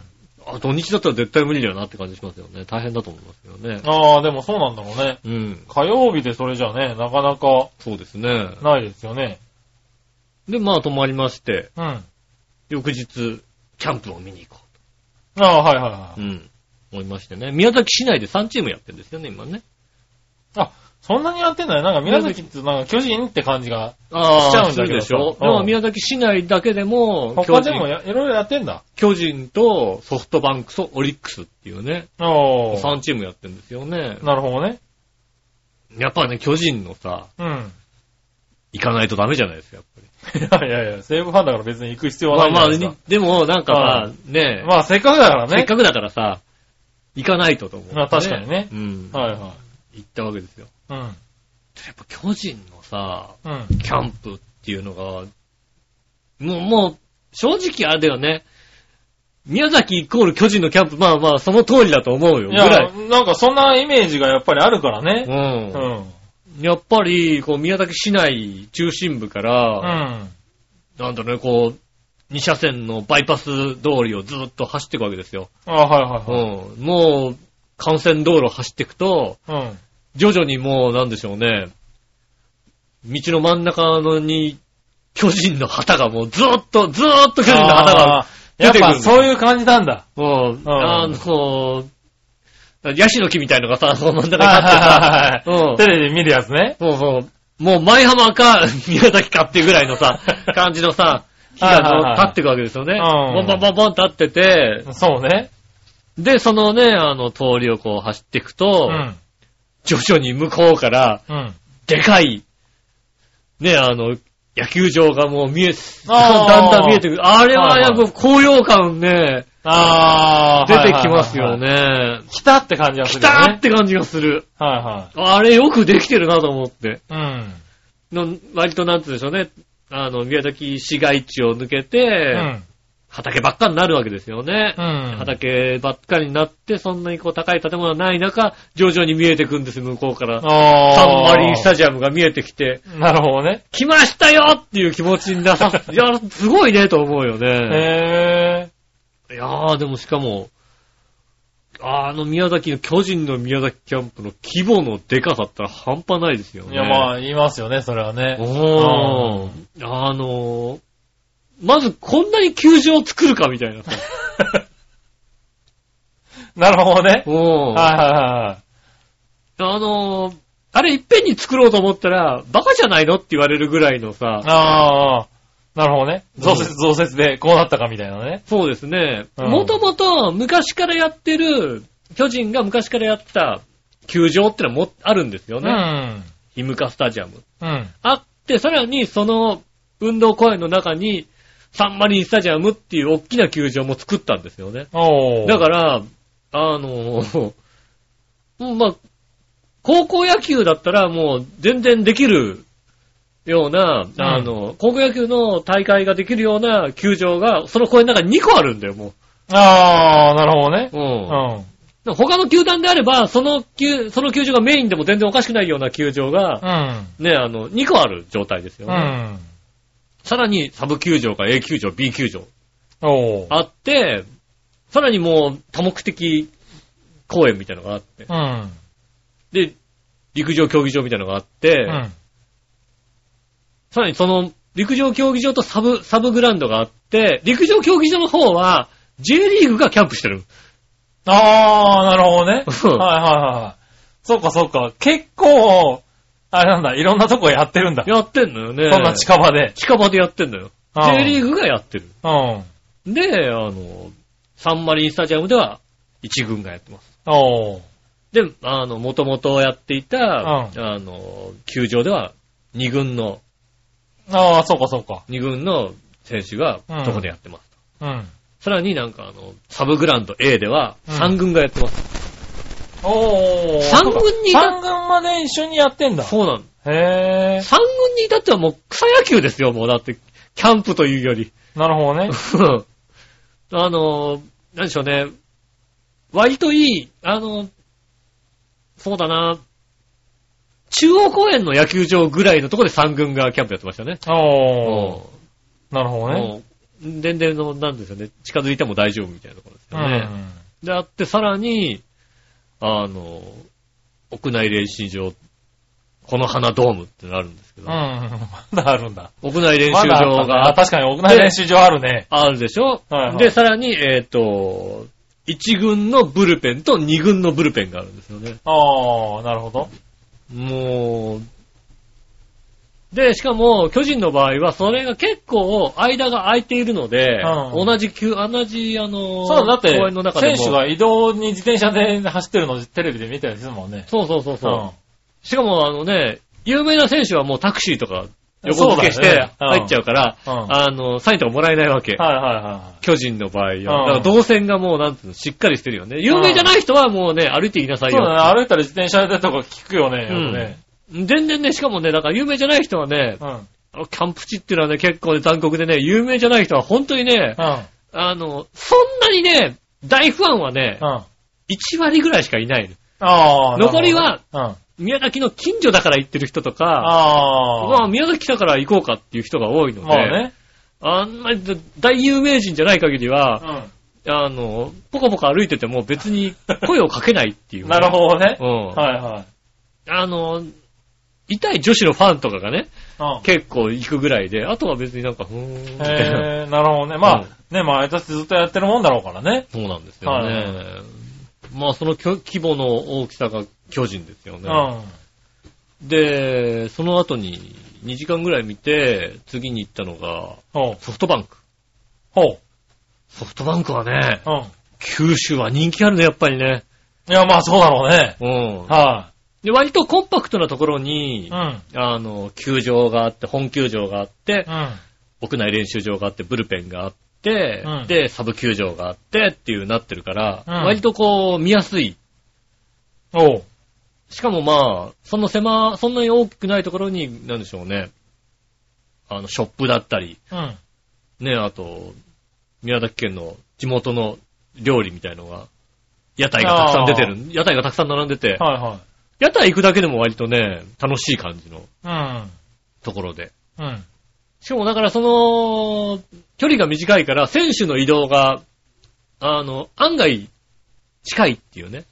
B: あ土日だったら絶対無理だよなって感じしますよね。大変だと思いますよね。
C: ああ、でもそうなんだろうね。
B: うん、
C: 火曜日でそれじゃね、なかなか
B: そうですね。
C: ないですよね。
B: で、まあ泊まりまして、
C: うん。あ
B: 翌日、キャンプを見に行こ
C: あ、はいはいは
B: う。
C: い。
B: うん。思いましてね。宮崎市内で3チームやってるんですよね、今ね。
C: そんなにやってんだよ。なんか宮崎ってなんか巨人って感じが。
B: あ
C: しちゃうん
B: そ
C: だ
B: う
C: けど
B: で
C: さ
B: しょ。
C: う
B: で
C: ん
B: も宮崎市内だけでも、
C: 他でもやいろいろやってんだ。
B: 巨人とソフトバンクとオリックスっていうね、
C: おー。
B: 3チームやってるんですよね。
C: なるほどね。
B: やっぱね、巨人のさ、
C: うん。
B: 行かないとダメじゃないですか、やっぱり。
C: いやいやいや、西武ファンだから別に行く必要
B: ま
C: は
B: あま
C: な
B: あ、
C: いじゃな
B: に
C: い
B: でもなんかさ
C: う、
B: ね
C: ですか。まあ、せっかくだから
B: せっ
C: ね。
B: かくだからさ、行かないとと思う、
C: まあ確かにね
B: うん。
C: はいは
B: 行ったわけですよ。
C: い。うん。
B: やっぱ巨人のさ、
C: うん。
B: キャンプっていうのが、もう、もう、正直あれだよね。宮崎イコール巨人のキャンプ、まあまあ、その通りだと思うよ。
C: い
B: ぐら
C: や
B: い。、
C: なんかそんなイメージがやっぱりあるから
B: う。
C: ね。うんん。
B: やっぱり、こう、宮崎市内中心部か
C: う
B: ら、
C: ん。
B: なんだろうね、こう、二車線のバイパス通りをずっと走っていくわけですよ。
C: ああ、はいうはいはい。
B: ん。もう、幹線道路を走っていくと、
C: うん。
B: 徐々にもう、なんでしょうね、道の真ん中のに、巨人の旗がもうずーっと、ずーっと巨人の旗が
C: あ、ーやっ
B: 出てく
C: ぱ
B: る
C: そういう感じなんだ。
B: もう、
C: ん
B: あの、ヤシの木みたいのが さ、その真ん中に
C: はい
B: あっ
C: はい
B: てさ、うん
C: テレビで見るやつね。
B: そうそう。もう舞浜か 宮崎かっていうぐらいの さ、感じのさ、火
C: はいはいは
B: が
C: い
B: 立っていくわけですよね。
C: ん
B: ボンボンボンボン立ってて、
C: そうね。
B: で、そのね、あの通りをこう走っていく
C: う
B: と、
C: ん。
B: 徐々に向こうから、
C: うん。
B: でかいね、あの、野球場がもう見え、
C: あー
B: だんだん見えてくる。あれは
C: はい
B: や
C: は
B: っ
C: い
B: ぱ高揚感ね、
C: あ
B: 出てきますよ。
C: はいはいはいはい
B: ね。
C: 来たって感じがす
B: 来
C: るよね。
B: たって感じがする。
C: はいは
B: あれよくできてるなと思って。
C: い。うん。
B: の割となんつうんでしょうね。あの、宮崎市街地を抜けて、
C: うん。
B: 畑ばっかになるわけですよね。
C: うん。
B: 畑ばっかりになって、そんなにこう高い建物はない中、徐々に見えてくんですよ、向こうから。サン
C: あ
B: マ
C: あ。
B: リンスタジアムが見えてきて、
C: なるほどね。
B: 来ましたよっていう気持ちに なさ、いや、すごいねと思うよね。
C: へ
B: いやー、でもしかも、あの宮崎の巨人の宮崎キャンプの規模のでかさったら半端ないですよ
C: え。
B: ね。
C: いや、まあ、言いますよね、それは
B: う
C: ね。
B: ーん。あのー、まずこんなに球場を作るかみたいなさ。
C: なるほどね。
B: うん。
C: はいはいはい。
B: あのー、あれいっぺんに作ろうと思ったら、バカじゃないのって言われるぐらいのさ、
C: ああ、なるほどね。増
B: う
C: 設増設でこうなったかみたいなね。
B: そうですね。
C: うん
B: もともと昔からやってる、巨人が昔からやった球場ってのはも、あるんですよ
C: う
B: ね。
C: ん。
B: ヒムカスタジアム。
C: うん。
B: あって、さらにその運動公園の中に、サンマリンスタジアムっていう大きな球場も作ったんですよね。
C: おー。
B: だから、あの ー、うんまあ、高校野球だったらもう全然できるような、
C: ん
B: あの、高校野球の大会ができるような球場が、その公園の中に2個あるんだよ、も
C: ああ、なるほどね。
B: う。う。
C: うんん。
B: でも他の球団であれば、その球、その球場がメインでも全然おかしくないような球場が、
C: うん。
B: ね、あの、2個ある状態ですよ
C: う
B: ね。
C: ん。
B: さらに、サブ球場か A 球場、B 球場
C: おー。
B: あって、さらにもう多目的公園みたいなのがあって、
C: うん。
B: で、陸上競技場みたいなのがあって、
C: うん。
B: さらにその、陸上競技場とサブ、サブグラウンドがあって、陸上競技場の方は、J リーグがキャンプしてる。
C: ああ、なるほどね。
B: うん
C: はいはいはい。そうかそうか。結構、あれなんだ、いろんなとこやってるんだ。
B: やってんのよね。
C: そんな近場で。
B: 近場でやってんのよ。
C: あー
B: J リーグがやってる。
C: うん。
B: で、あの、サンマリンスタジアムでは、一軍がやってます。
C: おー。
B: で、あの、もともとやっていた、あ
C: ん
B: の、球場では、二軍の、
C: ああ、そうかそうか。
B: 二軍の選手が、そこでやってます。
C: うん。
B: さらになんかあの、サブグラウンド A では、
C: うん
B: 三軍がやってます。
C: おー。
B: 三軍にいた
C: 三軍まで一緒にやってんだ。
B: そうなの。
C: へ
B: 三軍に至ってはもう草野球ですよ、もうだって、キャンプというより。
C: ー。なるほどね。
B: あの、なんでしょうね。割といい、あの、そうだな。中央公園の野球場ぐらいのところで三軍がキャンプやってましたね。
C: おー。なるほどね。
B: もう、全然の、なんですよね。近づいても大丈夫みたいなところです
C: う
B: よね。
C: ん。
B: で、あって、さらに、あの、屋内練習場、この花ドームってのあるんですけ
C: うん。
B: ど、
C: まだあるんだ。
B: 屋内練
C: ま
B: 習
C: だあ
B: 場
C: ったなあ
B: が
C: 確かに屋内練習場あるね。
B: あるでしょ、
C: はいはい
B: で、さらに、えっ、と、1軍のブルペンと2軍のブルペンがあるんですよね。
C: ああ、なるほど。
B: もう、で、しかも、巨人の場合は、それが結構、間が空いているので、
C: うん
B: 同じ球、同じ、あの、
C: そうだ、だって
B: 公園の、中で
C: 選
B: も
C: 手が移動に自転車で走ってるのテレビで見たりするもんね。
B: そうそうそうそう。
C: ん。
B: しかも、あのね、有名な選手はもうタクシーとか横付けし
C: そうだ
B: て
C: よねうん
B: 入っちゃうから、
C: うん
B: あの、サインとかもらえないわけ。
C: はいはいは
B: 巨人の場合は。だから
C: うん
B: 動線がもう、なんていうの、しっかりしてるよね。有名じゃない人はもうね、歩いていきなさ
C: い。
B: い
C: そう
B: よ。
C: だね、歩いたら自転車でとか聞くよね、よくね。
B: 全然ね、しかもね、だから有名じゃない人はね、
C: うん。うん。
B: あのキャンプ地っていうのはね、結構ね、残酷でね、有名じゃない人は本当にね、
C: う
B: あの、そんなにね、大ファンはね、
C: ん。
B: 1割ぐらいしかいない。
C: ああ、
B: 残りは
C: なるほどね、うん。
B: 宮崎の近所だから行ってる人とか、ま
C: あ
B: あ、宮崎来たから行こうかっていう人が多いの
C: あ、
B: で、
C: まあね。
B: あんまりだ大有名人じゃない限りは、あの、ポカポカ歩いてても別に声をかけないっていうう、
C: ん。なるほどね。
B: うん。
C: はいはい。
B: あの、痛い女子のファンとかがね、
C: うん。
B: 結構行くぐらいで、あとは別になんか、ふーんみたいな。
C: へえ、なるほどね。まあ
B: うん、
C: ね、毎年ずっとやってるもんだろうからね。
B: そうなんですよね。
C: はい
B: まあそのきょ規模の大きさが巨人ですよ
C: う
B: ね。
C: ん。
B: で、その後に2時間ぐらい見て、次に行ったのが
C: ほう。
B: ソフトバンク。
C: ほう。
B: ソフトバンクはね、
C: うん。
B: 九州は人気あるね、やっぱりね。
C: いや、まあそうだろうね。
B: うん。
C: は
B: で、割とコンパクトなところに
C: う、ん。
B: あの、球場があって、本球場があって
C: う、ん。
B: 屋内練習場があって、ブルペンがあって、
C: うん
B: で、サブ球場があってっていうなってるから、
C: うん
B: 割とこう、見やすい。
C: おう。
B: しかもまあ、そんな狭、そんなに大きくないところに、なんでしょうね。あの、ショップだったり、
C: うん。
B: ね、あと、宮崎県の地元の料理みたいのが、屋台がたくさん出てる、屋台がたくさん並んでて、
C: は
B: 屋台行くだけでも割とね、楽しい感じの
C: いは
B: ところで。
C: い。うん。うん。
B: しかもだからその、距離が短いから、選手の移動が、あの、案外、近いっていうね。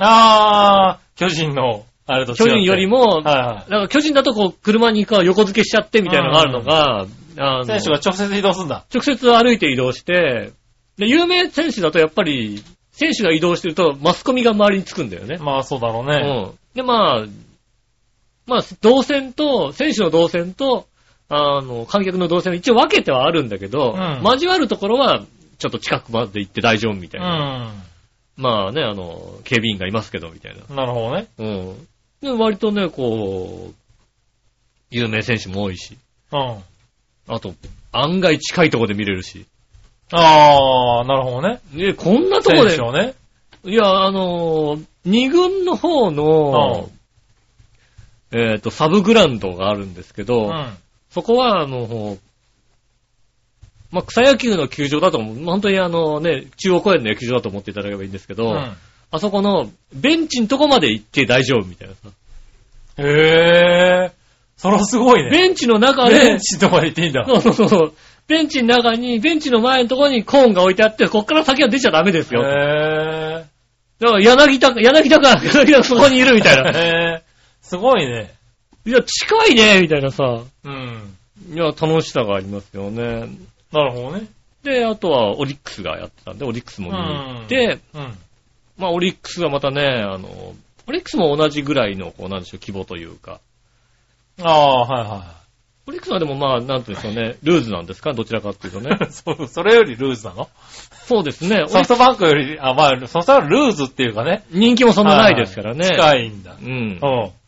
C: あー、巨人の、あれと違って
B: 巨人より、も、
C: はいは
B: なんか巨人だとこう、車にこう横付けしちゃってみたいなのがあるのが、あの
C: い。選手が直接移動するんだ。
B: 直接歩いて移動して、で、有名選手だとやっぱり、選手が移動してると、マスコミが周りにつくんだよね。
C: まあそうだろう
B: う
C: ね。
B: ん。で、まあ、まあ、動線と、選手の動線と、あの、観客の動線を一応分けてはあるんだけど、
C: うん
B: 交わるところは、ちょっと近くまで行って大丈夫みた
C: う
B: い
C: ん。
B: な。まあね、あの、警備員がいますけど、みたいな。
C: なるほどね。
B: うん。で、割とね、こう、有名選手も多いし、
C: うん。
B: あと、案外近いところで見れるし、
C: あー、なるほどね。
B: ね、こんなとこで
C: 選手、をね。
B: いや、あのー、二軍の方の、えっ、と、サブグラウンドがあるんですけ
C: う
B: ど、
C: ん。
B: そこは、あの、まあ、草野球の球場だと思う、本当にあのね、中央公園の野球場だと思っていただければいいんですけど、
C: うん。
B: あそこのベンチのとこまで行って大丈夫みたいなさ。
C: へー。それはすごいね。
B: ベンチの中
C: ベ
B: で
C: ン、チとかで行っていいんだ。
B: そうそうそうそう、ベンチの中に、ベンチの前のところにコーンが置いてあって、こっから先は出ちゃダメですよ。
C: へ
B: だから柳田、柳田か、柳田そこにいるみたい
C: ー。
B: な。
C: へー。すごいね。
B: いや、近いね、みたいなさ。
C: うん。
B: いや、楽しさがありますよね。
C: なるほどね。
B: で、あとはオリックスがやってたんで、オリックスも見に行って、
C: うん。
B: まあ、オリックスはまたね、あの、オリックスも同じぐらいの、こう、なんでしょう、規模というか。
C: あー、はいはい。
B: オリックスはでもまあ、なんていうんでしょうね、ルーズなんですかどちらかっていうと ね。
C: そう、それよりルーズなの
B: そうですね。オリ
C: ソフトバンクより、あ、まあ、ソフトバンクルーズっていうかね。
B: 人気もそんなないですからね。
C: 近いんだ。
B: うん
C: う。ん。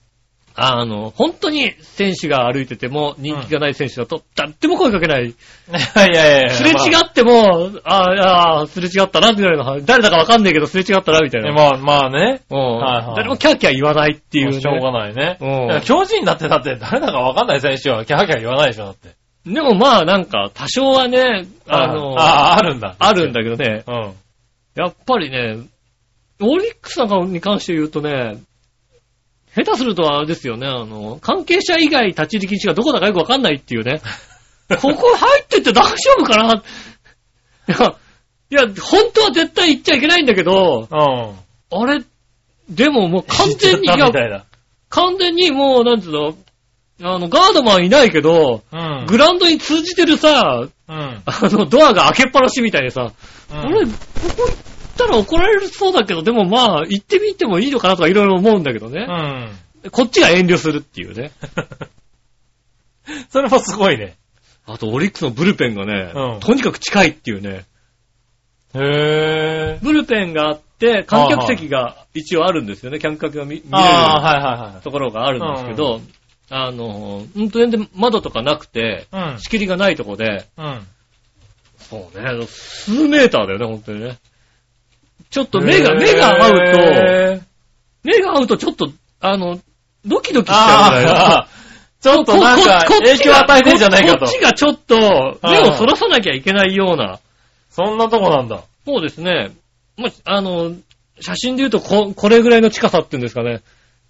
B: あの、本当に選手が歩いてても、人気がない選手だと、誰も声かけない。
C: いやいやいや。
B: すれ違っても、あーあー、すれ違ったな、みたいな。誰だかわかんないけど、すれ違ったな、みたいな。
C: まあ、まあね。
B: うん
C: はいはい
B: 誰もキャーキャー言わないっていう、ね。
C: しょうがないね。
B: うん
C: いや巨人だってだって誰だかわかんない選手はキャーキャー言わないでしょ、だって。
B: でもまあなんか、多少はね、あの、
C: ああ、あるんだ。
B: あるんだけどね、
C: うん。
B: やっぱりね、オリックスなんかに関して言うとね、下手するとあれですよね、あの、関係者以外立ち入り禁止がどこだかよくわかんないっていう ね、ここ入ってって大丈夫かない や、いや、本当は絶対行っちゃいけないんだけど、
C: うん。
B: あれ、でももう完全 に、い
C: 言っちゃ
B: や
C: ったみ、たいだ。
B: 完全にもう、なんつうの、あの、ガードマンいないけど、
C: うん。
B: グラウンドに通じてるさ、
C: うん。
B: あの、ドアが開けっぱなしみたいでさ、
C: うん
B: 俺、ここ行ったら怒られるそうだけど、でもまあ、行ってみてもいいのかなとかいろいろ思うんだけど
C: う
B: ね。
C: ん。
B: こっちが遠慮するっていう ね。
C: それもすごいね。
B: あと、オリックスのブルペンがね、
C: うん
B: とにかく近いっていうね。
C: へぇー。
B: ブルペンがあって、観客席が一応あるんですよね。観客が見見れる
C: あ
B: ところがあるんですけど、あの、うんと全然窓とかなくて、
C: ー、はいはいはい。
B: 仕切りがないとこで、
C: うん。うん。
B: そうね、数メーターだよね、本当にね。ちょっと目が、
C: へー
B: 目が合うと、目が合うとちょっと、あの、ドキドキしちゃうぐらいの
C: ああ、ちょっとなんか
B: ここ
C: 影響を与えてんじゃないか
B: ことっ。ちがちょっと、目をそらさなきゃいけないような。
C: そんなとこなんだ。
B: そうですね。まあ、あの、写真で言うとこ、これぐらいの近さっていうんですかね。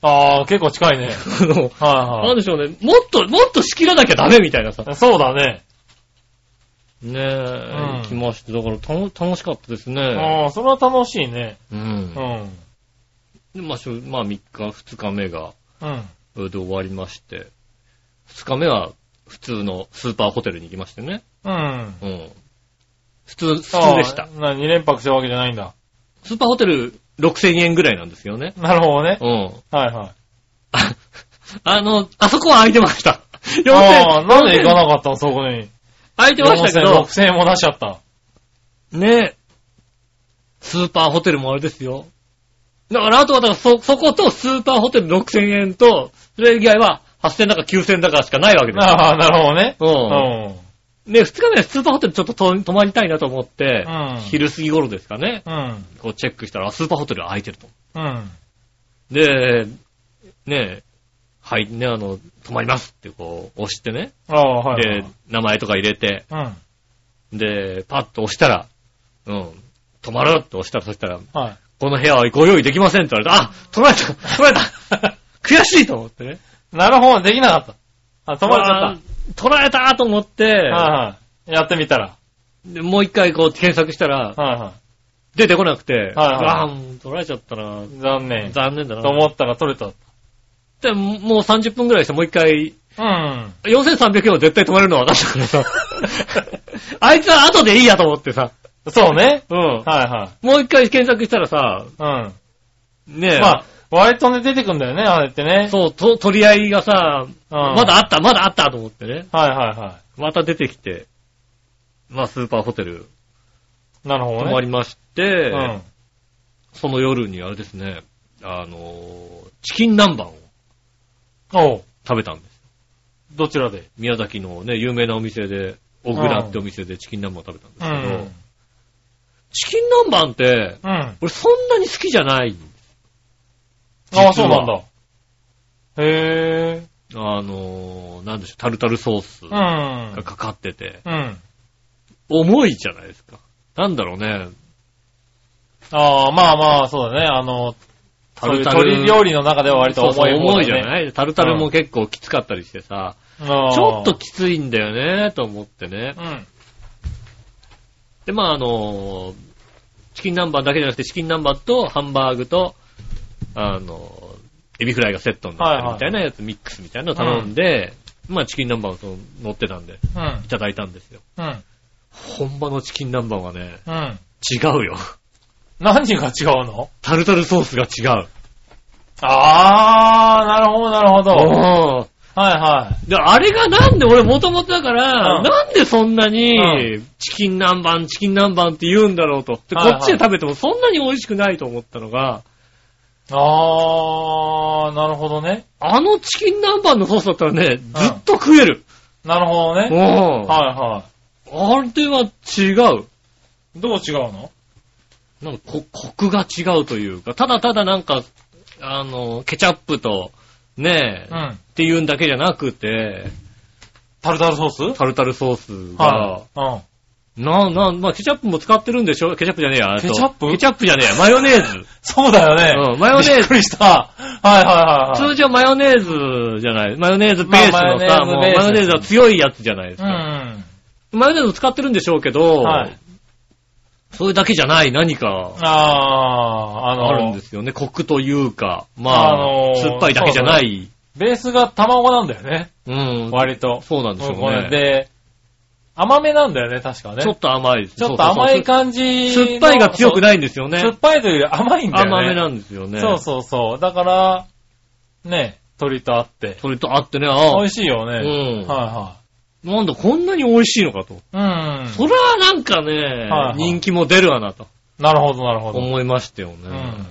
C: ああ、結構近いね。
B: あの、
C: は
B: ないんでしょうね。もっと、もっと仕切らなきゃダメみたいなさ。ね
C: はい。そうだね。
B: え、
C: ん
B: 行きまして、だからたの楽しかったですね。
C: ああ、それは楽しいね。
B: う。
C: うんん。
B: で、まあ、しゅまあ、3日、2日目が、
C: うん。
B: それで終わりまして、2日目は普通のスーパーホテルに行きましてね。
C: うん。
B: うん。普通、普通でした
C: あ。あな、2連泊したわけじゃないんだ。
B: スーパーホテル6000円ぐらいなんですよね。
C: なるほどね。
B: うん。
C: はいはい。
B: ああの、あそこは空いてました。4000
C: ああ、なんで
B: 4000
C: 行かなかったのそこに。
B: 空いてましたけど、
C: 6000円も出しちゃった。
B: ねえ。スーパーホテルもあれですよ。だから、あとは、だから、そ、そことスーパーホテル6000円と、それ以外は8000だか9000だかしかないわけですよ。
C: ああ、なるほどね。
B: うん。
C: う
B: で、二日目はスーパーホテルちょっとと泊まりたいなと思って、
C: うん
B: 昼過ぎ頃ですかね、
C: ん。
B: こうチェックしたら、あスーパーホテル空いてると。
C: うん。
B: で、ねえ、はい、ね、あの、泊まりますってこう、押してね。
C: ああ、はいはい
B: で、名前とか入れて、
C: はい。
B: で、パッと押したら、うん、泊まるって押したら、そしたら、
C: うん。はい。
B: この部屋はご用意できませんって言われた。あ、取られた取られた 悔しいと思ってね。
C: なるほど、できなかった。あ、止まれちゃ
B: っ
C: っ
B: た。取られたと思って、
C: た。はいはい。やってみたら。
B: でもう一回こう検索したら、
C: はいは
B: 出てこなくて、
C: はいはい
B: ああ、もう取られちゃったな。
C: い。残念。と
B: 残念だな。
C: 思ったら取れた。
B: でももう30分くらいしてもう一回、
C: うん。
B: 4300円は絶対止まれるのは私だから さ。あいつは後でいいやと思ってさ。
C: そうね。
B: うん。
C: はいはい。
B: もう一回検索したらさ、
C: うん。
B: ねえ。
C: まあ、割とね、出てくんだよね、あれってね。
B: そう、と、取り合いがさ、
C: うん
B: まだあった、まだあったと思ってね。
C: はいはいは
B: また出てきて、まあ、スーパーホテル
C: い。なるほ
B: 泊
C: どね。
B: まりまして、
C: うん。
B: その夜にあれですね、あのーチキン南蛮を
C: おう
B: 食べたんです。
C: どちらで
B: 宮崎のね、有名なお店で、小倉ってお店でチキン南蛮を食べたんです
C: う
B: けど、
C: ん。
B: チキン南蛮って、
C: うん。あ
B: 俺そんなに好きじゃない。
C: あ、そうなんだ。へえ。
B: あのーなんでしょう、タルタルソース
C: う
B: が
C: ん。
B: かかってて、
C: うん。
B: 重いじゃないですか。なんだろうね、
C: ああ、まあまあ、そうだね。あの、
B: タ
C: そうい
B: ル
C: う
B: タル。
C: 鳥料理の中では割と
B: そうそう
C: 重い方だね
B: 重いじゃないタルタルも結構きつかったりしてさ、
C: ああ
B: ちょっと、きついんだよね、と思ってね
C: う。ん。
B: で、まああの、チキン南蛮だけじゃなくて、チキン南蛮とハンバーグと、あの、エビフライがセットになってるみたいなやつ、ミックスみたいなのを頼んで、まあチキン南蛮をその乗ってたんで、
C: うん
B: い。ただいたんですよ。
C: うん。
B: 本場のチキン南蛮はね、
C: うん。
B: 違うよ。
C: 何が違うの
B: タルタルソースが違う。
C: ああ、なるほど、なるほど。
B: おー
C: はいはい。
B: で、あれがなんで、俺もともとだから、
C: うん
B: なんでそんな
C: う
B: に、チキン南蛮、チキン南蛮って言うんだろうと。で、こ
C: はいはい
B: っちで食べてもそんなに美味しくないと思ったのが、
C: ああ、なるほどね。
B: あのチキン南蛮のソースだったらね、
C: うん
B: ずっと食える。
C: なるほど
B: う
C: ね。
B: ん。あ
C: はいは
B: れは違う。
C: い。どう違うの
B: なんかこ、コクが違うというか、ただただなんか、あの、ケチャップと、ねえ、
C: う
B: っ
C: ん。
B: ていうんだけじゃなくて、
C: タルタルソース
B: タルタルソースが、
C: はい。うん。
B: な、な、まあ、ケチャップも使ってるんでしょケチャップじゃねえや。あと
C: ケチャップ
B: ケチャップじゃねえや。マヨネー ズ。
C: そうだよね。
B: うんマヨネーズ
C: びっくりした。はいはいはいは
B: 通
C: い。
B: 常マヨネーズじゃない。マヨネーズベースのさ、
C: まあマヨネーズ
B: もうマ
C: ベース
B: ヨネーズは強いやつじゃないです
C: う
B: か。
C: ん。
B: マヨネーズ使ってるんでしょうけど、
C: はい
B: それだけじゃない何か
C: ああ、あの、
B: あるんですよね。コクというか、ま
C: あ
B: あ、
C: のー
B: 酸っぱいだけじゃない。
C: ベースが卵なんだよね。
B: うん。
C: 割と。
B: そうなんでしょう
C: これ
B: ね。
C: で、甘めなんだよね、確かね。
B: ちょっと甘いです。
C: ちょっと甘い感じ
B: そ
C: の。
B: うそうそう酸っぱいが強くないんですよね
C: そう。。酸っぱいというより甘いんだよね。
B: 甘めなんですよね。
C: そうそうそう。だから、ね、鶏とあって。
B: それとあってね、ああ
C: 美味しいよね。
B: うん
C: は
B: なんだこんなに美味しいのかと。
C: いはい。
B: それはなんかね、
C: はいはい
B: 人気も出るわなと
C: うん。なるほど、なるほど。
B: 思いましたよね。
C: うん。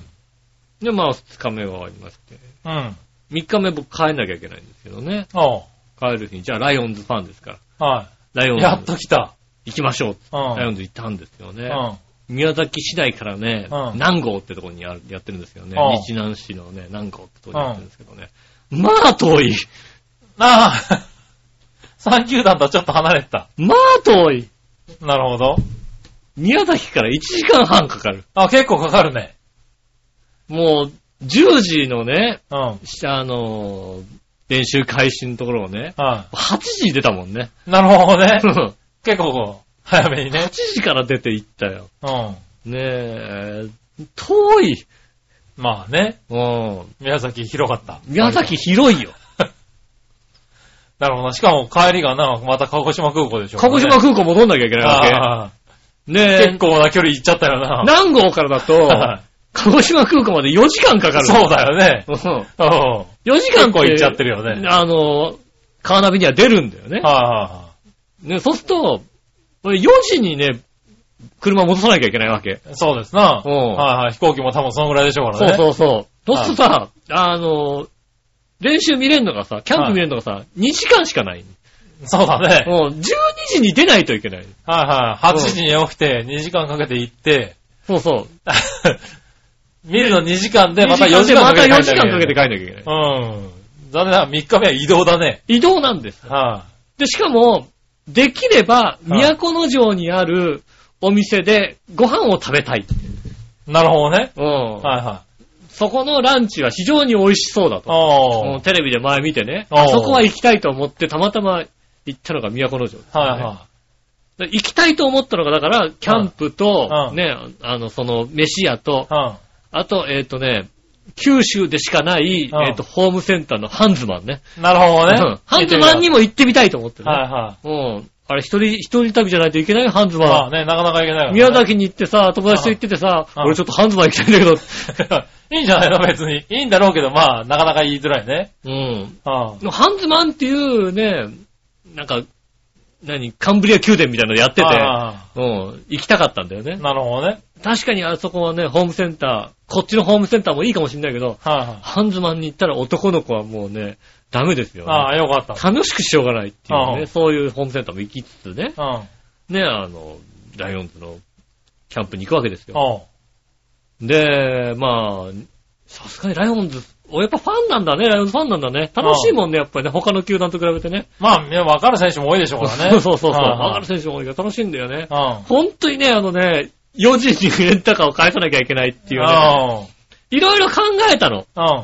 B: で、まあ、2日目は終わりまして。
C: うん。
B: 3日目僕帰んなきゃいけないんですけどね。
C: おう
B: 帰る日に、じゃあライオンズファンですから。
C: は
B: ライオン
C: い。
B: ズ
C: やっと来た。
B: 行きましょう。
C: うん。
B: ライオンズ行ったんですよね。
C: うん。
B: 宮崎市内からね、
C: うん
B: 南郷ってとこにやるやってるんですけどね。
C: うん
B: 日南市のね、南郷ってとこにやってるんですけどね。まあ遠い。
C: ああ 三球団とはちょっと離れてた。
B: まあ遠い。
C: なるほど。
B: 宮崎から1時間半かかる。
C: あ、結構かかるね。
B: もう、10時のね、
C: うん。はい、
B: あのー練習開始のところをね、8時に出たもんね。。
C: なるほどね
B: 8
C: 結構こう、早めにね。
B: 時から出て行ったよ。
C: うん。
B: ねえ、遠い。
C: まあね。
B: うん。
C: 宮崎広かった。
B: 宮崎広いよ。
C: なるほど。しかも帰りがな、また鹿児島空港でしょ、
B: 鹿児島空港戻んなきゃいけないわ
C: ああ
B: け。ね
C: 結
B: え、
C: 構な距離行っちゃったよな。
B: 南郷からだと、鹿児島空港まで4時間かかる。
C: そうだよね。
B: うん。
C: うん。
B: 4時間
C: 結構行っちゃってるよね
B: あの、カーナビには出るんだよね。
C: は
B: ね、そうすると、俺4時にね、車戻さなきゃいけないわけ。
C: そうですな。
B: うん
C: はいはい。飛行機も多分そのぐらいでしょうから
B: そう
C: ね。う
B: そうそう。そうするとさ、あの、練習見れるのがさ、キャンプ見れるのがさ、2時間しかない。
C: そう。そうだね。
B: もう12時に出ないといけない。
C: はいはい。8時に起きて、2時間かけて行って、
B: そうそう。
C: 見るの2時間で、また
B: 2
C: 4時間かけて
B: また
C: 帰
B: 4時
C: んなきゃい
B: 間
C: け
B: か
C: な
B: け
C: い
B: て帰んなきゃいけない。
C: うん。残念ながら3日目は移動だね。
B: 移動なんです。
C: は
B: で、しかも、できれば、都の城にあるお店でご飯を食べたい。
C: い。なるほどね。
B: うん。
C: はいはい。
B: そこのランチは非常に美味しそうだと。う
C: お
B: ん
C: ー。
B: テレビで前見てね。
C: おー
B: あそこは行きたいと思って、たまたま行ったのが都の城ですね、
C: はいは
B: で行きたいと思ったのが、だから、キャンプと、
C: うん
B: ね、あの、その、飯屋と
C: い。、うん。
B: あと、えっ、とね、九州でしかない、
C: うん
B: えっ、と、ホームセンターのハンズマンね。
C: なるほど
B: うん
C: ね。
B: ハンズマンに
C: も。
B: も行ってみたいと思ってね。
C: はいは
B: うん。あれ、一人、一人旅じゃないといけないよハンズ
C: い。ま
B: マ
C: あね、なかなか行けないよ
B: ン。
C: ね
B: 宮。崎に行ってさ、友達と行っててさ、
C: うん
B: 俺ちょっとハンズマン行きたいんだけど、
C: いいんじゃないの別に。いいんだろうけど、まあ、なかなか言いづらいね。
B: うん。
C: うん。
B: ハンズマンっていうね、なんか、何、カンブリア宮殿みたいなのやってて、
C: あ
B: うん、行きたかったんだよね
C: あ。なるほどね。
B: 確かにあそこはね、ホームセンター、こっちのホームセンターもいいかもしんないけど、
C: はいはい。
B: ハンズマンに行ったら男の子はもうね、ダメですよ、ね。
C: ああ、よかった。
B: 楽しくしようがないっていう
C: う
B: ね、
C: ん
B: そういうホームセンターも行きつつね、
C: うん。
B: ね、あの、ライオンズのキャンプに行くわけですよ。
C: おう
B: で、まあ、さすがにライオンズ、おやっぱファンなんだね、ライオンズファンなんだね。楽しいもんね、やっぱりね、他の球団と比べてね。
C: まあ、ねわかる選手も多いでしょうから
B: そ
C: ね。
B: うそうそうそう。
C: はいはい
B: わかる選手も多いから楽しいんだよね。
C: う
B: 本当にね、あのね、4時にレンタカーを返さなきゃいけないってい
C: ん。
B: うね。いろいろ考えたの。
C: うん。うん。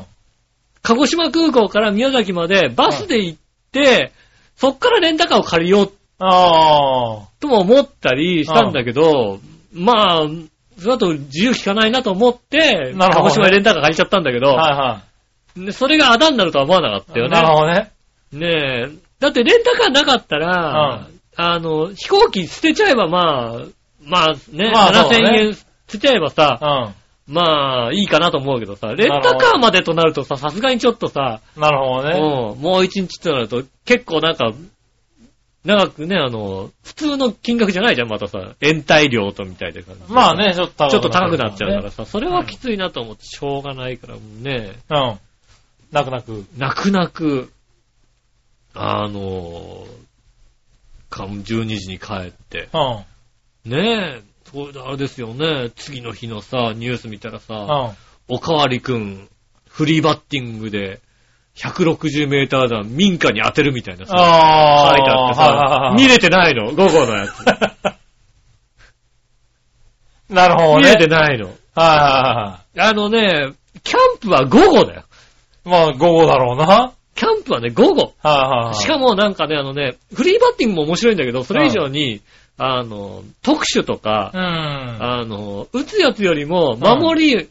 B: 鹿児島空港から宮崎までバスで行って、そっからレンタカーを借りよう
C: あ
B: とも思ったりしたんだけど、まあ、その後自由聞かないなと思って、
C: なるほどね
B: 鹿児島にレンタカー借りちゃったんだけど、
C: あ。はいは
B: でそれがあだになるとは思わなかったよ
C: い。なる
B: ね。
C: ほどね。
B: ねえ。だってレンタカーなかったら、あの、飛行機捨てちゃえばまあ、まあね、
C: まあそうだね
B: 7000円捨てちゃえばさ、
C: う
B: まあいいかなと思うけどさ、レンタカーまでとなるとさ、さすがにちょっとさ、
C: ん。なるほど
B: うん
C: ね。、
B: もう一日となると結構なんか、長くね、あの、普通の金額じゃないじゃん、またさ、延滞料とみたいな感じで
C: まあ。ね、ちょっと
B: ちょっと高くなっちゃうから
C: ね。
B: さ、それはきついなと思って、しょうがないから、もうね、
C: うん。泣く泣く。
B: 泣く泣く、あの、か12時に帰って、
C: うん。うん。
B: ねえ、それであれですよね、次の日のさ、ニュース見たらさ、
C: は
B: おかわりくん、フリーバッティングで、160メーター弾、民家に当てるみたいな
C: あ
B: さ、
C: あ。
B: 書いてあってさ、見
C: 見れ、
B: れてないの、午後のやつ。
C: なるほど
B: 見
C: ね。
B: れてないの。
C: はいはいはいは
B: あのね、キャンプは午後だよ。
C: い。まあ、午後だろうな。はい
B: キャンプはね、午後。
C: はいはい。
B: しかもなんかね、あのね、フリーバッティングも面白いんだけど、それ以上に、あの、特殊と
C: う
B: か、
C: ん。
B: あの、打つやつよりも、守り、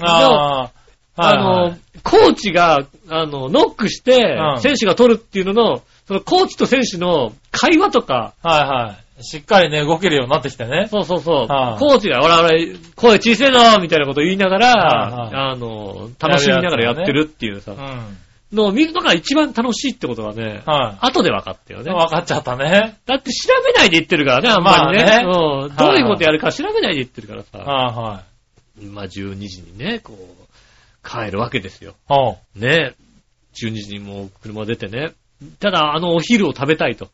C: ああ。
B: あ
C: はい
B: の、コーチが、あの、ノックして
C: う、ん
B: 選手が取るっていうのの、そのコーチと選手の会話とか、
C: はいはい。しっかりね、動けるようになってきてね。
B: そうそうそう。
C: はい
B: コーチが、ほらほら、声小せえぞみたいなこと言いながら、
C: はいは
B: あの、楽しみながらやってるっていうさ、
C: うん。はい。
B: のを見るのが一番楽しいってことがね、後で分かったよね。
C: 分かっちゃったね。
B: だって調べないで言ってるからね、あんまりね。
C: ま
B: うん、どういうことやるか調べないで言ってるからさ、
C: はいはい。
B: まあ12時にね、こう、帰るわけですよ。
C: おう。
B: ね。12時にもう車出てね。ただ、あのお昼を食べたいと。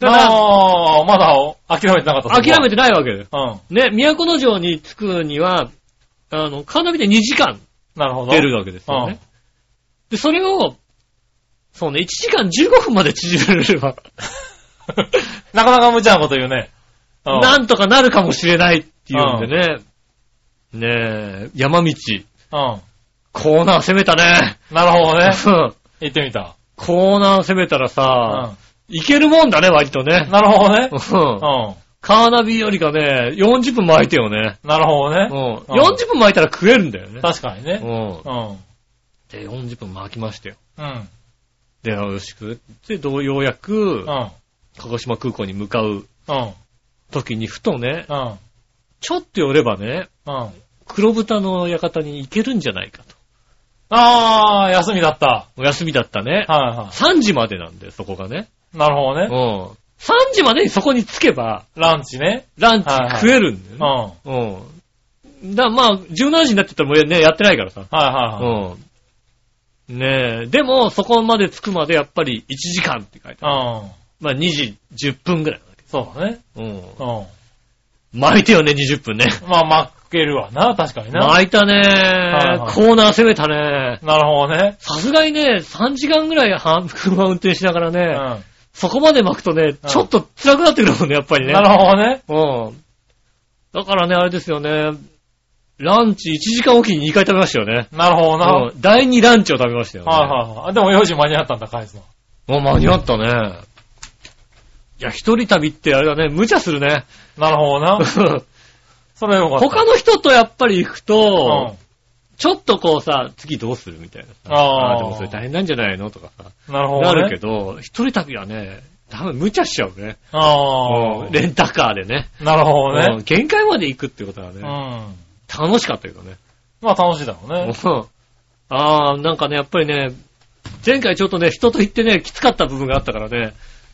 B: ただ、
C: ああ、まだお諦めてなかった。
B: 諦め
C: て。
B: てないわけです。
C: うん。
B: ね、都城に着くには、あの、カーナビで2時間
C: なるほど。
B: 出るわけですよね。で、それを、そうね、1時間15分まで縮めれば、
C: なかなか無茶なこと言うね。うん
B: なんとかなるかもしれないっていうんでね、ねえ、山道、
C: うん。
B: コーナー攻めたね。
C: なるほどね。
B: うん
C: 行ってみた。
B: コーナー攻めたら
C: う
B: さ、
C: ん。
B: いけるもんだね、割とね。
C: なるほどね
B: う。ん
C: う
B: カーナビよりかね、40分巻いてよね。
C: ん。なるほど
B: うん
C: ね。
B: 40分巻いたら食えるんだよね。
C: 確かに
B: う
C: ね。
B: ん
C: うん。
B: で、40分巻きましたよ。
C: うん。
B: で、よしくって、どうようやく
C: う、ん。
B: 鹿児島空港に向かう
C: うん。
B: 時にふとね、
C: うん。
B: ちょっと寄ればね、
C: うん。
B: 黒豚の館に行けるんじゃないかと。
C: ああ、休みだった。
B: お休みだったね。
C: はいは
B: 3時までなんで、そこがね。
C: い。なるほ
B: う
C: どね。
B: ん。 3時までにそこに着けば、
C: ランチね。
B: ランチ
C: はいはい
B: 食えるん
C: う
B: だ
C: ん。はい
B: よね。うん。だ、まあ、17時になってたらもうね、やってないからさ。
C: はいはい。
B: うん。ねえ、でも、そこまで着くまでやっぱり1時間って書いてある。
C: うん。
B: まあ、2時10分ぐらいなんだ
C: そうだね。
B: けど。
C: う
B: うん。巻いてよね、20分ね。
C: ん。まあ、まくけるわな、確かにな。
B: 巻いたね、
C: いはい
B: コーナー攻めたね
C: なるほどね。
B: さすがにね、3時間ぐらい半車運転しながらね、
C: う
B: そこまで巻くとね、
C: うん
B: ちょっと辛くなってくるもんね、やっぱり
C: ん。
B: ね。
C: なるほどね。
B: うん。だからね、あれですよね。ランチ1時間おきに2回食べましたよね。
C: なるほどな。はい
B: うん第2ランチを食べましたよ、ね。
C: はいはい。でも4時間に合ったんだ、返すの。
B: もう間に合ったね。いや、一人旅ってあれだね、無茶する ね。
C: なるほどな。それはよかった。
B: 他の人とやっぱり行く
C: う
B: と
C: ん、。
B: ちょっとこうさ、次どうするみたいなさ。
C: あー
B: ーでもそれ大変なんじゃないのとかさ、
C: なるほ
B: な
C: どね。
B: るけど、一人旅はね、多分無茶しちゃうね。
C: あ
B: う
C: あ
B: ん。レンタカーでね。
C: なるほど
B: うん
C: ね。
B: 限界まで行くってことは
C: う
B: ね
C: ん。、
B: 楽しかったけどね。
C: まあ楽しいだろうね。
B: うんあー、なんかね、やっぱりね、前回ちょっとね、人と行ってね、きつかった部分があったからね、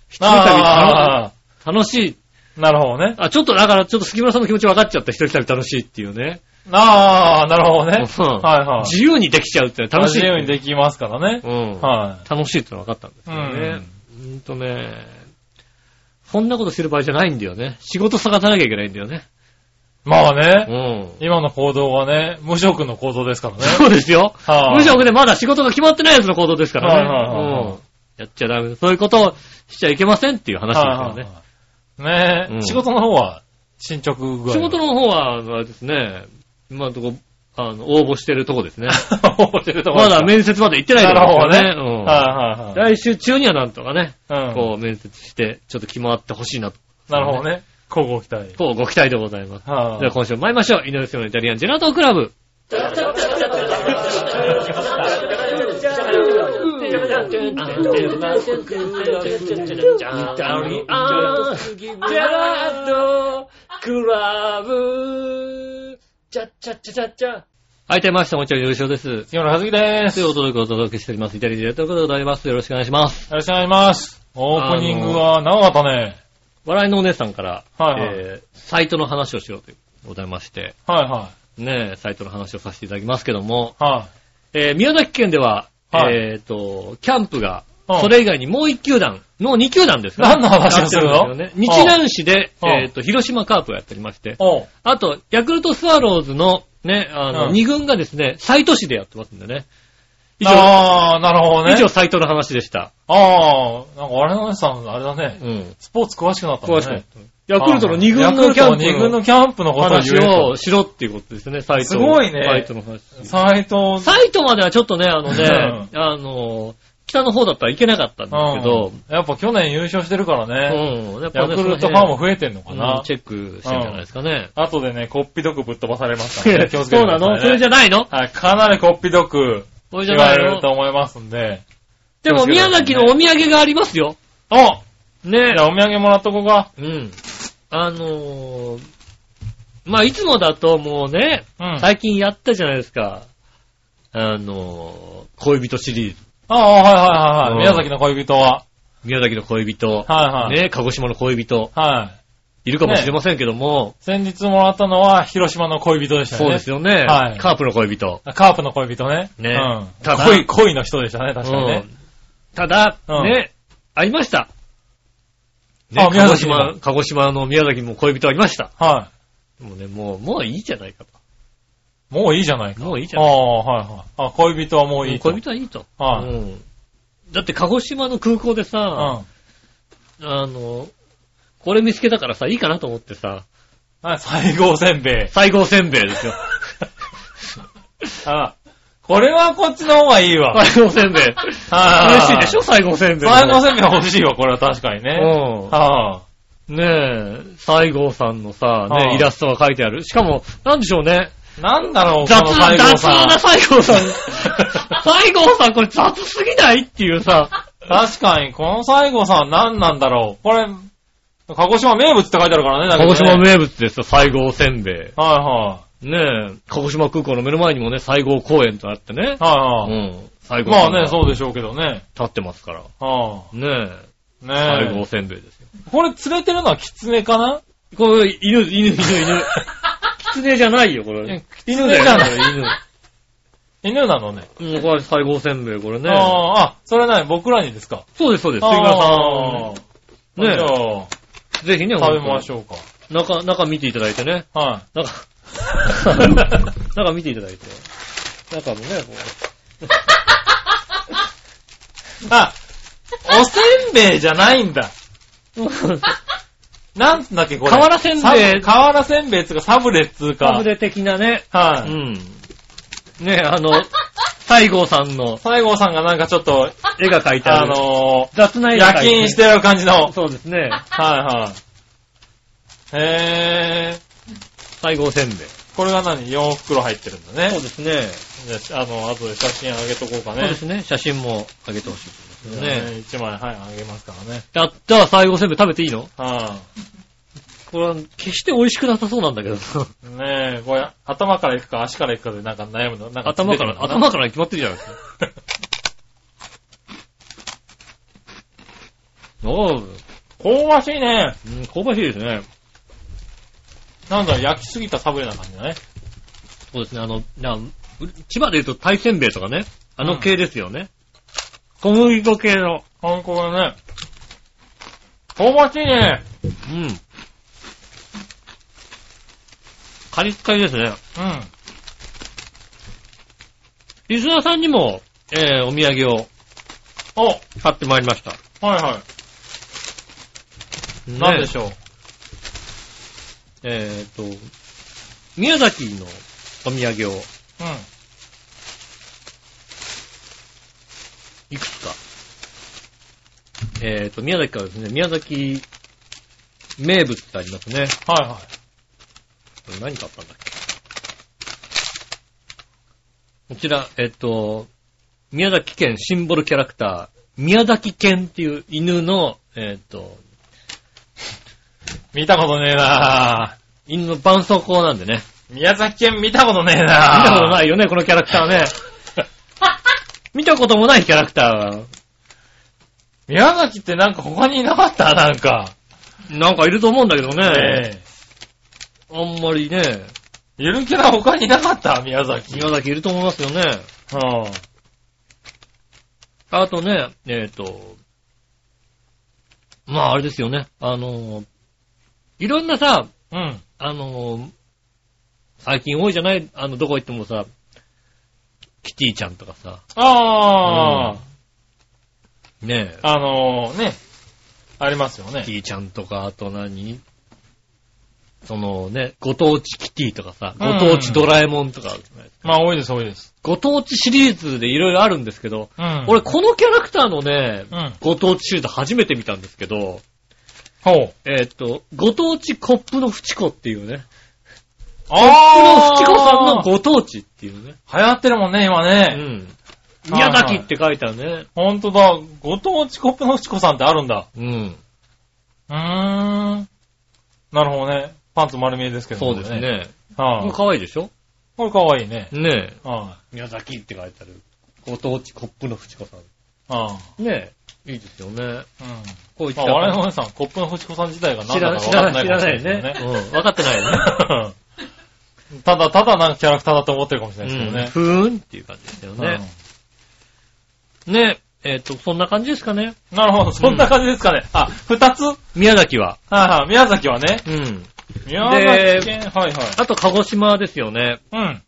B: 一人旅
C: あ
B: 楽楽しい。
C: あ、なるほどね。
B: あ、ちょっとだから、ちょっと杉村さんの気持ち分かっちゃった、一人旅楽しいっていうね。
C: ああ、なるほどね。
B: うん
C: はいはい。
B: 自由にできちゃうって楽しい。
C: 自由にできますからね。
B: うん。
C: は
B: 楽しいってのは分かったんですけどね。うーんとね、そんなことする場合じゃないんだよね。仕事探さなきゃいけないんだよね。
C: い。まあ
B: う
C: ね、
B: ん。
C: 今の行動はね、無職の行動ですからね。
B: そうですよ。
C: はい
B: 無職でまだ仕事が決まってないやつの行動ですからね。
C: はいはいはいはい
B: うんやっちゃダメ。そういうことをしちゃいけませんっていう話ですからね。
C: はいはいはいねえ、
B: うん
C: 仕事の方は進捗具合。
B: 仕事。の方は、あれですね、今のとこ、あの、応募してるとこですね。まだ面接まで行ってないとこですからね。
C: はいはい
B: うん
C: はい。
B: 来週中にはなんとかね、
C: うん
B: こう面接して、ちょっと決まってほしいなと。
C: なるほどね。交互期待。
B: こうご期待でございます。
C: は
B: じゃあ今週も参りましょう。井上杉のイタリアンジェラートクラブ。はい、出ました。もちろん優勝です。
C: 杉村和樹です。
B: ということでお届けしております。イタリアンジェラートクラブでございます。よろしくお願いします。
C: よろしくお願いします。オープニングは長かったね。
B: 笑いのお姉さんから、
C: はいはい
B: えーサイトの話をしようということでございまして、
C: はいは
B: ねえ、サイトの話をさせていただきますけども、
C: い。はい。
B: えー宮崎県では、
C: はい
B: えっ、と、キャンプが、
C: うん
B: それ以外にもう1球団、もう2球団ですか
C: 何の話をするの
B: やってんですよね日南市で、
C: うん
B: えっ、と、広島カープをやっておりまして、
C: おう。
B: あと、ヤクルトスワローズの、ね、あの、
C: うん
B: 2軍がですね、斎都市でやってますんでね。以上、
C: ああ、なるほどね。
B: 以上斎都の話でした。
C: ああ、なんかあれのねさん、あれだね
B: う。ん。
C: スポーツ詳しくなったね。
B: 詳しくない。ヤクルトの2軍のキャン
C: ヤクルトの二
B: プ
C: 軍
B: の
C: のキャンプのことを
B: 話
C: 言え
B: を
C: と。
B: しろっていうことですね、サイト。
C: すごいね
B: サイトの話。
C: 斎藤
B: サイトまではちょっとね、あのね、あの、北の方だったらいけなかったんですけど、
C: うんやっぱ去年優勝してるからね。
B: うん、やっぱ
C: ヤ
B: ね
C: クルトファンも増えてんの
B: そ
C: か
B: の辺う。
C: なん
B: チェックしてんじゃないですかね。
C: 後でね、こっぴどくぶっ飛ばされますからね。気
B: そ
C: をつけて
B: う
C: く
B: な
C: ださいね
B: のそれじゃないの
C: はい、かなりこっぴどく
B: それじゃ
C: 言
B: な
C: わ
B: い
C: れると
B: の
C: 思いますんで。
B: でも宮崎のお土産がありますよ。
C: おじゃあお土産もらっとこうか。
B: うん。あのー、まあ、いつもだともうね、
C: うん。あ
B: 最近やったじゃないですか。あのー、恋人シリーズ。
C: あ、はいはいはいはい。
B: うん
C: 宮崎の恋人は。
B: 宮崎の恋人。
C: はいはい。
B: ね、鹿児島の恋人。
C: はい。
B: いるかもしれませんけども、
C: 先日もらったのは、広島の恋人でしたね。
B: そうですよね。
C: はい
B: カープの恋人。
C: カープの恋人ね。
B: ね
C: うん。
B: ただ
C: 恋、恋の人でしたね、確かにね
B: う。んただ、
C: うん
B: ね、ありました。ね
C: あ、
B: 鹿
C: 宮
B: 児
C: 崎にも
B: 島、鹿児島の宮崎にも恋人ありました。
C: は
B: もうね、もう、もういいじゃないか
C: い。もういいじゃない
B: と。
C: か。
B: もういいじゃ
C: あ
B: ない
C: あ、はいはい。あ、恋人はもういいと。
B: 恋人はいいと。
C: はい
B: うんだって鹿児島の空港で
C: う
B: さ、
C: ん。
B: あの、これ見つけたからさ、いいかなと思ってさ、
C: あ、西郷せんべい。
B: 西郷せんべい ですよ。
C: あこれはこっちの方がいいわ。
B: 西郷せんべい。
C: はい
B: 嬉しいでしょ西郷せんべい。
C: 西郷せんべい欲しいわ、これは確かにね。
B: うん。
C: は
B: ねえ、西郷さんのさ、
C: は
B: ね、
C: い
B: イラストが書いてある。しかも、なんでしょうね。
C: い。なんだろう、こ
B: 雑
C: の
B: な、
C: 西郷
B: 雑
C: さん
B: な。西郷 さん。西郷さん、これ雑すぎないっていうさ。
C: 確かに、この西郷さん何なんだろう。これ、鹿児島名物って書いてあるからね、だけ
B: 鹿
C: どね
B: 児島名物ですよ、西郷せんべい。
C: は
B: ねえ、鹿児島空港の目の前にもね、西郷公園とあってね
C: いはい。。は
B: う
C: いはい。
B: ん。西郷
C: まあね、そう
B: で
C: でしょうけどね。
B: 立ってますから。
C: はあ。
B: ねえ。最
C: ね
B: 後おせんべいですよ。
C: え。これ連れてるのはキツネかな
B: これ、犬、犬、犬、 犬。狐じゃないよ、こ
C: いや
B: れ。
C: 狐じゃない
B: 犬だよ
C: 犬なのね。
B: 犬。うん、これ、細胞せんべい、これね。
C: あーあ、それない、僕らにですか。
B: そうです、そうです。杉村さん
C: あ
B: のね
C: ーじゃ
B: ね。
C: あ、
B: ぜひね、
C: 食べましょうか。
B: う。中、中見ていただいてね。
C: は
B: 中、中見ていただいて。中もね、こ
C: い。あ、おせんべいじゃないんだ。
B: う。
C: なんつんだっけ、これ。
B: 瓦せんべい
C: サブ瓦せんべいっつうか、サブレっつう
B: サ
C: か
B: ブ。レ的なね。う
C: はい。
B: ん。ね、あの、西郷さんの
C: 西郷さんがなんかちょっと、
B: 絵が描いてあ
C: あ
B: る。
C: の
B: 雑な
C: ー、
B: 絵が
C: 夜
B: 描いて
C: 勤してやる感じの。
B: そうですね。
C: はいはい。へー。
B: 西郷せんべい。
C: これが何 ?4 袋入ってるんだ
B: そ
C: ね
B: う。ですね。
C: じゃあ、あの、後で写真あげとこうか
B: そう
C: ね
B: で。すね。写真もあげてほしいですよね。
C: ね。1枚、はい、あげますからね。
B: やったら西郷せんべい食べていいの
C: は
B: これは、決して美味しくなさそうなんだけど。
C: い。ねえ、これ、頭から行くか足から行くかでなんか悩むのなんか
B: 頭から、頭から決まってるじゃないです か。おう、
C: 香ばしいね。
B: うん香ばしいですね。
C: なんだろう、焼きすぎたサブレな感じだね。
B: そうですね、あの、なう千葉で言うと大せんべいとかね、あの系ですよね。小麦粉系の。
C: ほんこがね。香ばしいね。
B: うん。カリッカリですね。
C: うん。
B: リスナーさんにも、えー、お土産を
C: お、
B: 買ってまいりました。
C: はいは
B: ね
C: い。なんでしょう。
B: えっ、と、宮崎のお土産を
C: うん。
B: いくつか。えっ、と、宮崎からですね、宮崎名物ってありますね。
C: はいはい。
B: これ何買ったんだっけこちら、えっと、宮崎県シンボルキャラクター、宮崎犬っていう犬の、えっと、
C: 見たことねえな
B: 犬の絆創膏なんでね。
C: 宮崎県見たことねえ
B: 見
C: な。
B: たことないいよね、このキャラクターね。見たこともないキャラクタ
C: 宮崎ってなんか他にいなかったなんか。
B: ー、なんかいると思うんだけどね。
C: ねえ。
B: あんまりね、
C: ゆるキャラ他にいなかった宮崎。
B: 宮崎いると思いますよね。
C: うん。
B: あとね、えっ、と、まああれですよね。あの、いろんなさ、
C: うん。
B: あのー最近多いじゃないあの、どこ行ってもさ、キティちゃんとかさ、
C: ああ、
B: うんねえ、
C: あのー、ね。ありますよね
B: キテ。ィちゃんとか、あと何そのね、ご当地キティとかさ、
C: うん
B: ご当地ドラえもんとかあるじゃない、
C: まあ多いです多いです。
B: ご当地シリーズでいろいろあるんですけど、
C: うん
B: 俺このキャラクターのね、
C: うん。
B: ご当地シリーズ初めて見たんですけど、
C: ほう。
B: えーっと、ご当地コップのフチコっていうね、コ
C: あ
B: ップのフチコさんのご当地っていうね、
C: 流行ってるもんね、今
B: う
C: ね。
B: ん。宮崎って書いてあるね。
C: ほんとだ。ご当地コップのフチコさんってあるんだ。
B: うん。
C: うーん。なるほどね。パンツ丸見えですけど
B: そうです。ね。
C: は
B: これ
C: い。
B: 可愛いでしょ
C: これかわいいね。
B: ねえ。
C: は
B: 宮崎って書いてある。ご当地コップのフチコさん。
C: い。は
B: ねえ。いいですよね。
C: い。うん。
B: こういった
C: まあ、我々のお姉さん、コップの星子さん自体が何
B: 知
C: だ
B: ら
C: か
B: 知
C: 分か
B: ら
C: んな
B: ない、
C: い
B: 知
C: かも
B: らな
C: しれ
B: い
C: な
B: ね
C: いです。けどね。
B: うん。わかってないよね。
C: ただ、ただなんかキャラクターだと思ってるかもしれ
B: う
C: ないですけど
B: ん。
C: ね。
B: ふーんっていう感じですよ
C: うん
B: ね。ねえ。えっと、そんな感じですかね。
C: なるほど、そんな感じですかね。あ、二つはい
B: 宮崎は。
C: はい、宮崎はね。
B: うん。
C: 宮崎県、はいはい。
B: あと、鹿児島ですよね。
C: うん。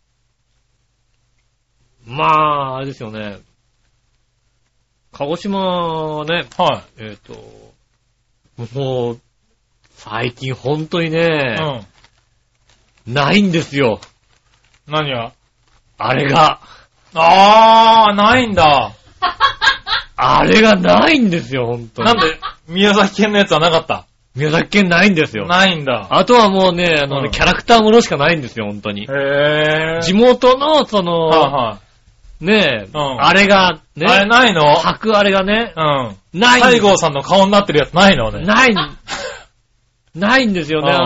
B: まあ、あれですよね。鹿児島はね、
C: は
B: えっと、もう、最近本当に
C: い。
B: ね、
C: うん。
B: ないんですよ。
C: 何が
B: あれが。
C: あー、ないんだ。
B: あれがないんですよ、本当に。
C: なんで、宮崎県のやつはなかった
B: 宮崎県ないんですよ。
C: ないんだ。
B: あとはもうね、あのね、
C: うん
B: キャラクターものしかないんですよ、本当に
C: へ。ぇー。
B: 地元の、その、
C: は
B: ねえ、
C: うん
B: あれが、
C: いはい。あれ
B: ね、
C: ないの
B: 履くあれがね、
C: うん。
B: ないん
C: 西郷さんの顔になってるやつないのね。
B: ない、ないんですよね。
C: うん
B: あ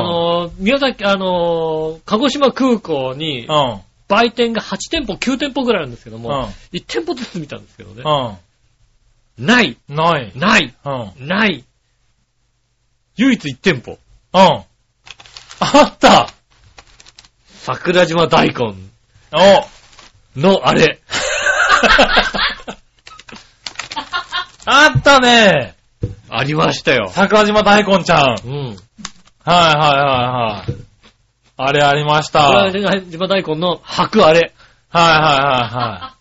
B: の、宮崎、あの、鹿児島空港に
C: う、ん。
B: 売店が8店舗、9店舗ぐらいあるんですけども、
C: うん
B: 1店舗ずつ見たんですけどね。
C: うん。
B: ない、
C: ない。
B: ない、
C: うん。うん。
B: ない。唯一1店舗。
C: あった
B: 桜島大根
C: お
B: のあ れ。
C: あったね
B: ありましたよ。
C: 桜島大根ちゃん。はい
B: うん。
C: はいはいはい。あれありました。はいはい
B: 桜島大根の白あれ。
C: は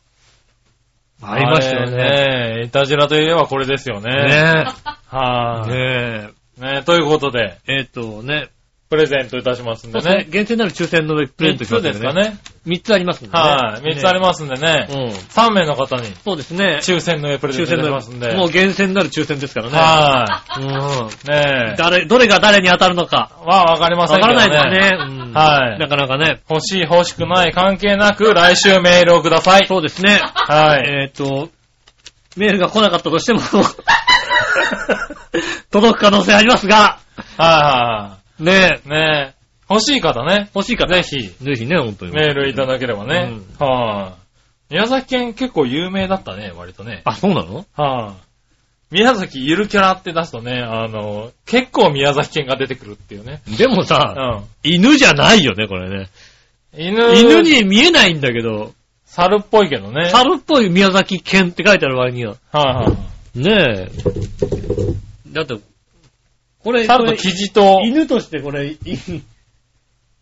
C: いは
B: あ
C: い。
B: りましたよね。
C: あれね。いたじらといえばこれですよね。
B: ね
C: はい、
B: え。
C: ね
B: ね
C: ということで、
B: え。えっとね。
C: プレゼントいたしますん
B: そ
C: で
B: うですね
C: ね。。
B: 限定なる抽選の上プレゼントしま
C: 三
B: す
C: つ
B: ん
C: ですか。ね。
B: 3つありますんでね。
C: はい、三つありますんでね。
B: ね。うん。
C: 三名の方に
B: そうですね。
C: 抽選の上プレゼン
B: 抽
C: ト
B: 選
C: いたし
B: の
C: ますんで。
B: もう厳選なる抽選ですからね。
C: は
B: うん。
C: い、ねえ。
B: 誰、どれが誰に当たるのか。
C: はわかりま
B: わ
C: せん
B: か
C: けど
B: らな
C: ね。
B: いですね。うん
C: はい
B: なかなかね。
C: 欲しい欲しくない関係なく、来週メールをください。
B: そうですね。
C: はい。
B: えっと、メールが来なかったとしても、届く可能性ありますが、ね
C: はいはいはい。ねえ。欲しい方ね。
B: 欲しい方。ぜひ。ぜひね、本当に。
C: メールいただければね。
B: う
C: はい、宮崎県結構有名だったね、割とね。
B: あ、そうなの
C: はい、宮崎ゆるキャラって出すとね、あの、結構宮崎県が出てくるっていうね。
B: でも
C: う
B: さ、
C: ん。
B: 犬じゃないよね、これね。
C: 犬、
B: 犬に見えないんだけど、
C: 猿っぽいけどね。
B: 猿っぽい宮崎県って書いてある割には。
C: はいはい、
B: ねえ。だって、これ、
C: 猿と
B: これ
C: キジと、
B: 犬としてこれ、い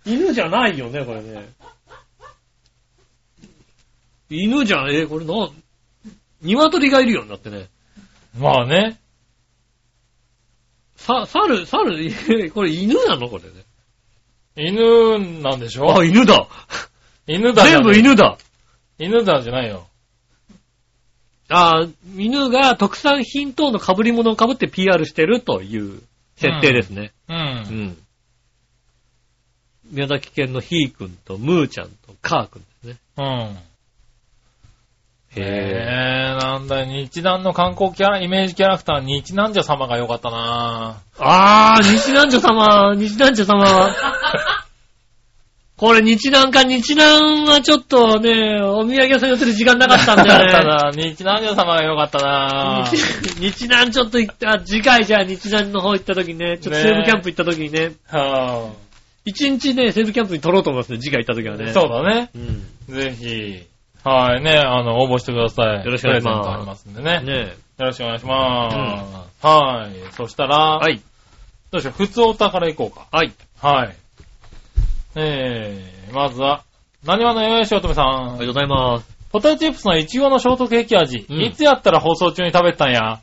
B: 犬じゃないよね、これね。犬じゃ、えー、これな、鶏がいるよ、だってね。
C: まあね。
B: さ、猿、猿、えーこれ犬なのこれね。
C: 犬なんでしょ
B: あ、犬だ
C: 犬だじゃ
B: 全
C: ねえ
B: 部。犬だ
C: 犬だじゃないよ。
B: あ犬が特産品等の被り物を被って PR してるという設定ですね。
C: う。
B: うんん。宮崎県のひーくんとむーちゃんとかーくんですね。
C: うん。
B: へ
C: へえ、なんだよ、日南の観光キャラ、イメージキャラクター、日南女様が良かったな
B: ぇあー、日南女様、日南女 様。これ日南か、日南はちょっとね、お土産屋さん寄せる時間なかったんだ
C: た
B: よね。
C: だ、日南女様が良かったな
B: 日日南ちょっと行った、あ次回じゃあ日南の方行った時にね、ちょっと
C: ね
B: 西部キャンプ行った時にね、
C: は
B: 一日ね、西部キャンプに撮ろうと思いますね、次回行った時は
C: ぁ
B: ね。
C: そうだね。
B: う。うん。
C: ぜひ、はいね、あの、応募してください。
B: よろしくお願いします
C: プレゼントありますんでね。
B: ね
C: よろしくお願いします。はい。そしたら、
B: はい。
C: どうしよう、普通オタからいこうか。
B: はい。
C: はい。えー、まずは、何話のよよしおとめさ
B: ありが
C: ん
B: とう。ございます。
C: ポテトチップスのイチゴのショートケーキ味、
B: うん
C: いつやったら放送中に食べてたんや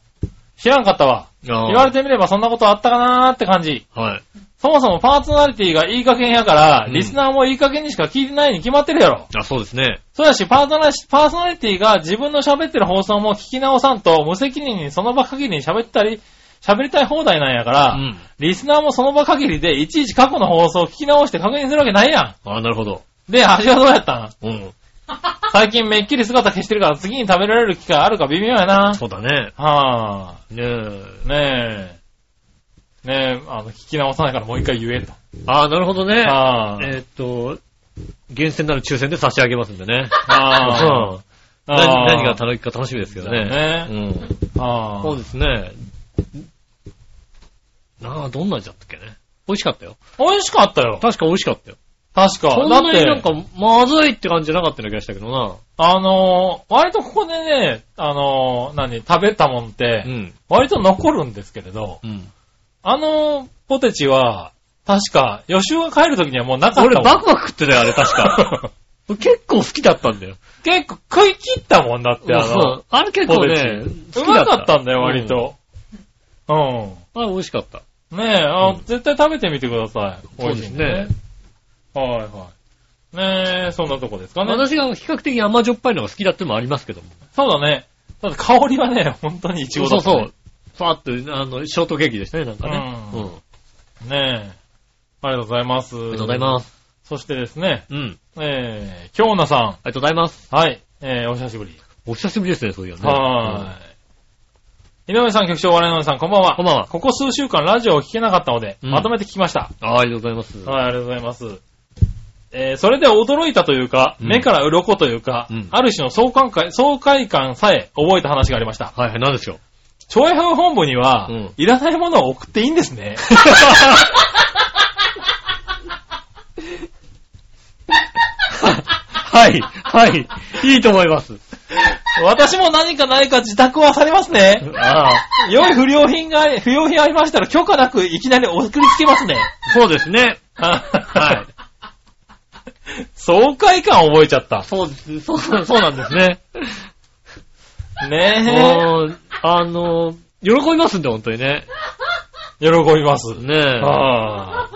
C: 知らんかったわ。
B: 言
C: 言われてみればそんなことあったかなーって感じ。
B: はい。
C: そもそもパーソナリティがいい加減やから、
B: うん
C: リスナーもいい加減にしか聞いてないに決まってるやろ。
B: あ、そうですね。
C: そうやし、パーソナリパーソナリティが自分の喋ってる放送も聞き直さんと、無責任にその場限りに喋ったり、喋りたい放題なんやか
B: う
C: ら、
B: ん。
C: リスナーもその場限りで、いちいち過去の放送を聞き直して確認するわけないや
B: あなるほど。
C: ん。で、味はどうやったん
B: うん。
C: 最近めっきり姿消してるから次に食べられる機会あるか微妙やな。
B: そうだね。
C: はぁ、
B: ねえ。
C: ねえ。ねえ、あの、聞き直さないからもう一回言えと。
B: ああ、なるほどね。
C: はぁ、
B: えーっと、厳選なる抽選で差し上げますんでね。う
C: はぁ、
B: ん何何が頼むか楽しみですけどね。
C: ね
B: う。ん。
C: は
B: そう
C: ぁ、
B: ですね。なあ、どんなんじゃったっけね。美味しかったよ。
C: 美味しかったよ。
B: 確か美味しかったよ。
C: 確か。
B: そん
C: だ
B: な
C: っ
B: に
C: て、
B: なんか、まずいって感じじゃなかったような気がしたけどな。
C: あのー、割とここでね、あのー、何、食べたもんって、
B: うん。
C: 割と残るんですけれど、
B: うん。
C: あのー、ポテチは、確か、予習が帰るときにはもうなかった
B: 俺、
C: もん。
B: バクバク食ってたよ、あれ、確か。俺結構好きだったんだよ。
C: 結構食い切ったもんだって、あ
B: そ
C: の、
B: うあれ結
C: ポ
B: 構
C: テチ
B: ね、
C: うまかったんだよ、
B: うん
C: 割と。うん。
B: あれ美味しかった。
C: ねえ、あ
B: うん
C: 絶対食べてみてください。
B: そう
C: 美
B: で
C: 味
B: す
C: しいんで
B: ね
C: ね。。はいはい。ねえ、そんなとこですかね。
B: 私が比較的甘じょっぱいのが好きだってのもありますけども。
C: そうだね。ただ香りはね、本当にイチ
B: そう
C: ゴだ
B: そうそ
C: った、ね。
B: う。ファーっと、あの、ショートケーキでしたね、なんかね。
C: うん
B: うん。
C: そうそう。ねえ。ありがとうございます。あ
B: あ
C: り
B: りがとうございます。
C: す。そしてですね、
B: うん。
C: えー、京奈さ
B: ありがとうございます。
C: ん。はい。えー、お久しぶり。
B: お久しぶりですね、そういうのね。
C: はーい。井上さん、局長、我々の皆さん、こんばんは。
B: こんばんは
C: ここ数週間ラジオを聞けなかったので、
B: うん
C: まとめて聞きました。
B: うんあありがとうございます。
C: はい、ありがとうございます。えーそれで驚いたというか、
B: うん
C: 目から鱗というか、
B: うん
C: ある種の爽快感爽快感さえ覚えた話がありました。
B: はいはい、なんでしょう。
C: 調和表本部には、
B: うん
C: いらないものを送っていいんですね。
B: はい、はい。いいと思います。
C: 私も何かないか自宅はされます ね。
B: ああ、
C: 良い不良品があり、不良品ありましたら許可なくいきなり送りつけますね。
B: そうですね。
C: はい。爽快感覚えちゃった。
B: そうです、そう、そうなんですね。
C: ね
B: もう、あの、喜びますんで、本当にね。
C: え。喜びます。
B: ねえ。
C: ああ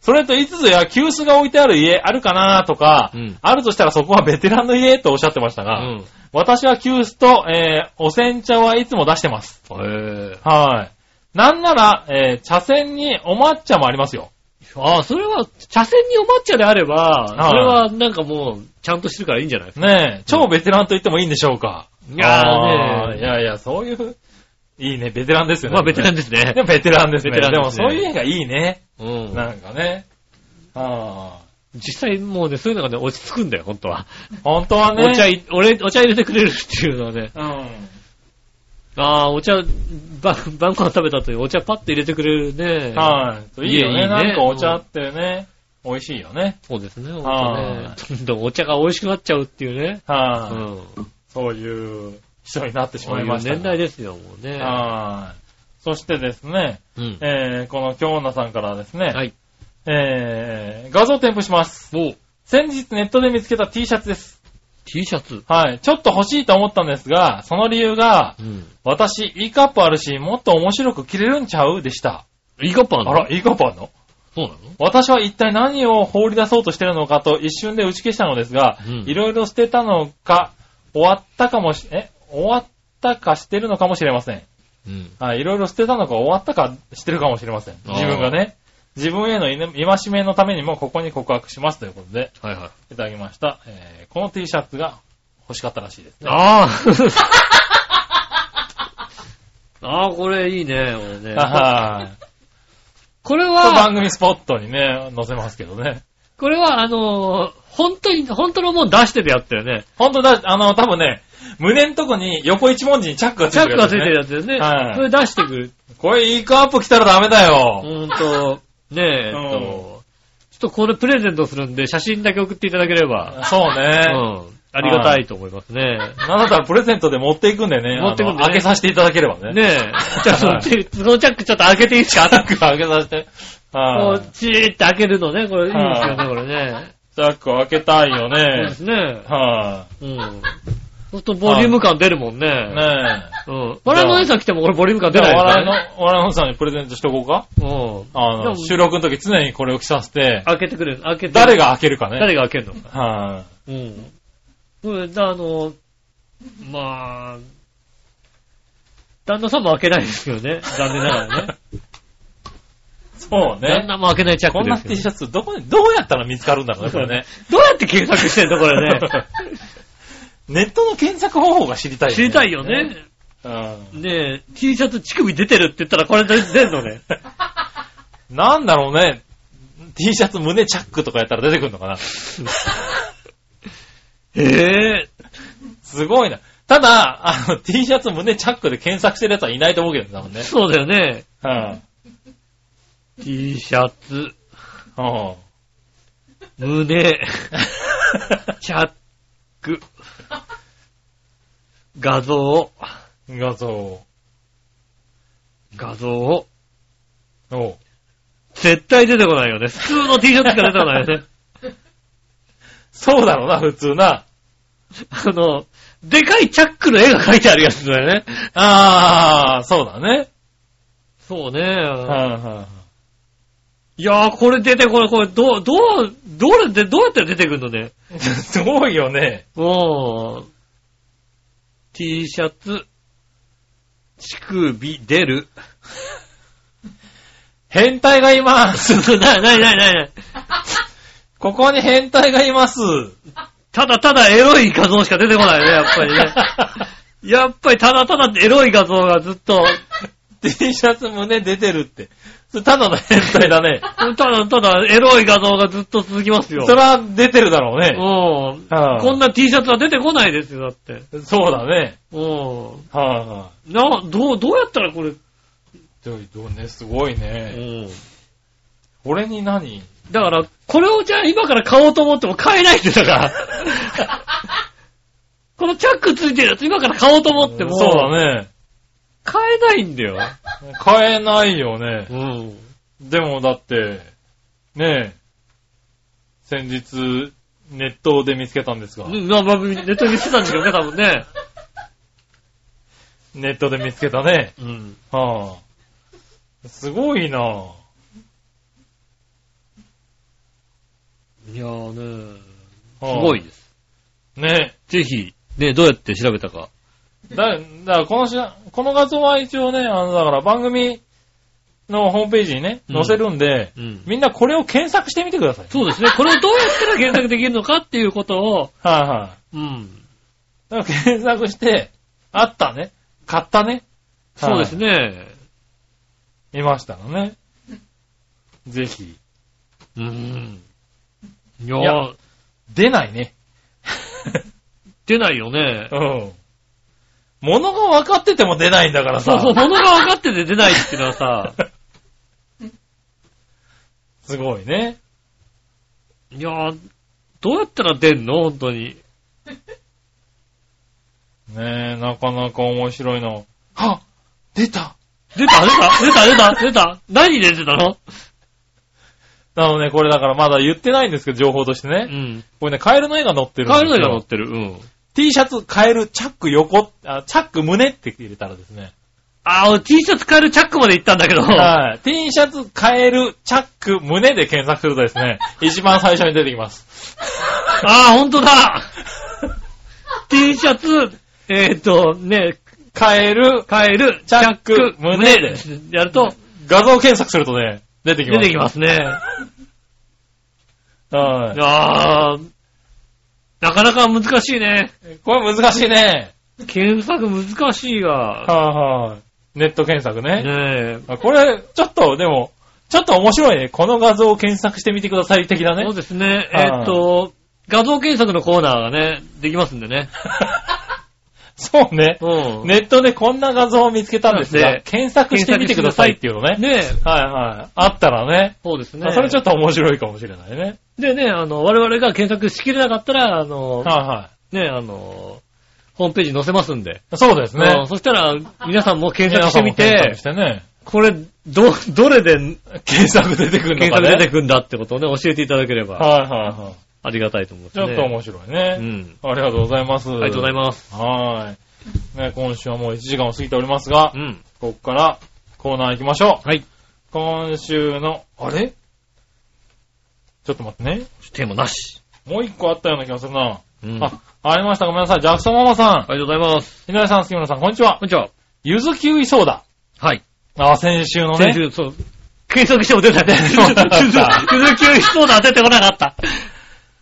C: それと、いつぞや、急須が置いてある家あるかなとか、
B: うん
C: あるとしたらそこはベテランの家とおっしゃってました
B: う
C: が、
B: ん。
C: 私は急須と、えー、お煎茶はいつも出してます。
B: へえ。
C: はい。なんなら、えー、茶煎にお抹茶もありますよ。
B: ああ、それは、茶筅にお抹茶であれば、
C: ああ
B: それはなんかもう、ちゃんとしてるからいいんじゃないですか。
C: ねえ、超ベテランと言ってもいいんでしょうか。
B: いやー
C: あー
B: ねえ
C: いやいや、そういう、いいね、ベテランですよね。
B: まあ、ベテラン
C: で
B: ですね
C: で。もベテランですね。
B: ベテラン
C: で
B: で
C: も
B: す
C: そ
B: ね
C: ういう家がいいね。
B: うん。
C: なんかね。あ
B: 実際もうね、そういうのがね、落ち着くんだよ、本当は。
C: あ。本当はね。
B: お茶い、俺、お茶入れてくれるっていうのはね。
C: うん。
B: ああ、お茶、ば晩ご飯食べた後にお茶パッと入れてくれるね。
C: はい。いいよ
B: いい
C: ね。
B: ね
C: なんかお茶ってね、美味しいよね。
B: そうですね、
C: は
B: 本当ね。どんどんお茶が美味しくなっちゃうっていうね。う
C: はい。
B: ん。
C: そういう人になってし
B: そ
C: ま
B: うい
C: いま
B: う
C: したが。
B: 年代ですよ、もうね。
C: はい。そしてですね、
B: うん。
C: えー、この京女さんからですね、
B: はい。
C: えー、画像添付します。
B: もう、
C: 先日ネットで見つけた T シャツです。
B: T シャツ。
C: はい。ちょっと欲しいと思ったんですが、その理由が
B: う、ん。
C: 私、E カップあるし、もっと面白く着れるんちゃうでした。
B: イカパン
C: あら、E カップあるの
B: そうなの
C: 私は一体何を放り出そうとしてるのかと一瞬で打ち消したのですが
B: うん、
C: いろいろ捨てたのか、終わったかもし、え終わったかしてるのかもしれません。
B: うん。
C: はい、いろいろ捨てたのか終わったかしてるかもしれません。
B: あー
C: 自分がね。自分への今しめのためにもここに告白しますということで、
B: はいはい。
C: いただきました。えーこの T シャツが欲しかったらしいですね。
B: あ あ。ああ、これいいね、俺ね。
C: はい。
B: これ
C: と番
B: は、
C: 組スポットにね、載せますけどね。
B: これはあのー、本当に、本当のもん出してるやつだよね。
C: ほんとだ、あの、多分ね、胸のとこに横一文字にチャックがつ
B: チ
C: い
B: ャ
C: て
B: ック
C: る
B: が
C: や
B: つ
C: つ
B: いてるやつ
C: ね、
B: だよね。
C: はい
B: それ出してくる。
C: これ、イークアップ来たらダメだよ。
B: ほんと、ねえ、えっ
C: うん
B: と、ちょっとこれプレゼントするんで、写真だけ送っていただければ、
C: そう
B: うん、
C: ね。
B: ありがたいと思いますね。
C: なんだったらプレゼントで持っていくんでね。
B: 持ってくんでね
C: あの開けさせていただければね。
B: ねえ、じゃあそのチそのチャックちょっと開けていいです
C: チャ
B: か
C: ック開けさせて。
B: こ
C: は
B: う
C: い、
B: チーって開けるのね、これいいですよ
C: は
B: ね、これね。
C: チャック開けたい
B: そう
C: よね
B: で。すね。
C: は
B: うん。そうするとボリューム感出るもん
C: い。
B: ね。
C: ね
B: うん。笑いのお姉さん来てもこれボリューム感
C: え。で
B: 出
C: も、
B: ない
C: 笑い
B: で
C: の、笑いのさんにプレゼントしとこうか
B: すからね。うん。
C: あ
B: で
C: の、
B: も
C: 収録の時常にこれを着させて、
B: 開けてくれる、開けて
C: 誰が開けるかね。
B: 誰が開けるの
C: は
B: うん。うん、だあの、まあ、旦那さんも開けないですよね。残念ながら ね。
C: い。そう
B: 旦
C: ね。
B: 那も開けないチャッ
C: こ
B: ク
C: ん
B: で
C: な
B: すよ
C: T シャツ、どこに、どうやったら見つかるんだろうね、これね。
B: どうやって検索してんのこれ ね。
C: ネットの検索方法が知りたい よね。
B: 知りたいよね。
C: うん。
B: ねえ、T シャツ乳首出てるって言ったらこれ出んのね。
C: なんだろうね。T シャツ胸チャックとかやったら出てくるのかな。
B: ええ
C: すごいな。ただ、あの、T シャツ胸チャックで検索してる奴はいないと思うけどね、多分ね。
B: そうだよね。
C: はい
B: T シャツ、
C: うん。
B: 胸、チャック、画像、
C: 画像。
B: 画像、
C: おう
B: 絶対出てこないよね。普通の T シャツしか出てこないよね。
C: そうだろうな、普通な。
B: あの、でかいチャックの絵が描いてあるやつだよね。
C: あー、そうだね。
B: そう
C: う
B: ね。
C: ん
B: いやー、これ出てこれ、これ、どう、どう、どれで、どうやって出てくるのね。
C: うんすごいよね。
B: うん。T シャツ、乳首出る。
C: 変態がいます。
B: な、なになになに
C: ここに変態がいます。
B: ただただエロい画像しか出てこないね、やっぱりね。やっぱりただただエロい画像がずっと
C: T シャツ胸出てるって。それただの変態だね。
B: ただ、ただ、エロい画像がずっと続きますよ。
C: それは出てるだろう
B: う
C: ね。
B: ん。
C: はあ
B: こんな T シャツは出てこないですよ、だって。
C: そうだね。
B: う
C: はい、はい、
B: ん。な、どう、どうやったらこれ、
C: でもどうね、すごいうね。
B: ん。
C: 俺に何
B: だから、これをじゃあ今から買おうと思っても買えないんだ から。このチャックついてるやつ今から買おうと思っても、
C: そうだね。
B: 買えないんだよ。
C: 買えないよね。
B: うん。
C: でもだって、ねえ、先日、ネットで見つけたんですが、
B: うんまあまあ、ネットに見せたんだけどね、多分ね。
C: ネットで見つけたね。
B: うん。
C: はあ、すごいなぁ。
B: いやーね、す
C: はあ
B: ごい。です。
C: ね
B: ぜひ、ね、どうやって調べたか。
C: だ、だからこのしら、この画像は一応ね、あの、だから番組のホームページにね、
B: うん
C: 載せるんで、
B: うん
C: みんなこれを検索してみてください。
B: そうですね。これをどうやったら検索できるのかっていうことを、
C: はい、
B: うん。
C: はい、だから検索して、あったね。買ったね。
B: そうですね。
C: 見ましたのね。ぜひ。
B: うん。い
C: い
B: や
C: や
B: ー、
C: 出ないね。
B: 出ないよね。
C: うん。物が分かってても出ないんだから
B: そう
C: さ。
B: そう、物が分かってて出ないっていうのはさ、
C: すごいね。
B: いやー、どうやったら出んの本当に。
C: ねえ、なかなか面白いな。あ出た
B: 出た出た出た出た出た何で出たの
C: なのね、これだからまだ言ってないんですけど、情報として
B: う
C: ね。
B: ん。
C: これね、カエルの絵が載ってるんです
B: カエ
C: よ。
B: ルの絵が載ってる。うん。
C: T シャツ、カエル、チャック横、あ、チャック胸って入れたらですね。
B: あー、俺 T シャツカエルチャックまで行ったんだけど、
C: はい。T シャツ、カエル、チャック胸で検索するとですね、一番最初に出てきます。
B: あー、ほんと だ !T シャツ、えーっと、ね、
C: カエル、
B: カエル、
C: チャック、胸で。
B: やると、
C: 画像検索するとね、出てきま
B: 出
C: す。
B: てきますね。
C: はい。
B: あー、なかなか難しいね。
C: これ難しいね。
B: 検索難しいが。
C: はいはい。ネット検索ね。
B: ね
C: あこれ、ちょっと、でも、ちょっと面白いね。この画像を検索してみてください的な
B: え。そう
C: ね。
B: ですね。え
C: はい
B: ーっと、画像検索のコーナーがね、できますんで ね。
C: そうね。
B: うん。
C: ネットでこんな画像を見つけたんです
B: そう
C: が
B: で、す
C: 検索してみてくださいっていうのね。
B: ねえ。
C: はいはい。あったらね。
B: そうですね
C: あ。それちょっと面白いかもしれないね。
B: でね、あの、我々が検索しきれなかったら、あの、
C: はいは
B: ね、あの、ホームページ載せますんで。
C: い。そうですね。
B: うんそしたら、皆さんも検索
C: 皆
B: して
C: さんも
B: み
C: 検索
B: て
C: し、てね。
B: これ、ど、どれで
C: 検索出てくるの
B: 検
C: か
B: 索
C: ね。
B: 出てくんだってことをね、教えていただければ
C: はいはいはい。
B: ありがたいと思って、
C: ちょ
B: ね。
C: っと面白いね。
B: うん。
C: ありがとうございます。あ
B: ありがとうございます。
C: す。はーい。ね、今週はもう1時間を過ぎておりますが
B: う、ん。
C: ここからコーナー行きましょう。
B: はい。
C: 今週の、あれちょっと待ってね。
B: テーマなし。
C: もう一個あったような気がするな。
B: うん。あ
C: あ、ありました。ごめんなさい。ジャクソンママさん。
B: りがとうございます。
C: ひなやさん、杉村さん、こんにち
B: こ
C: は。
B: んにちは。
C: ゆずキウイソーダ。
B: はい。
C: あ、先週の
B: 先
C: ね。
B: 週、そう。検索しても出ない。
C: そうだ った
B: 鈴木よりそうだ、出てこなかった。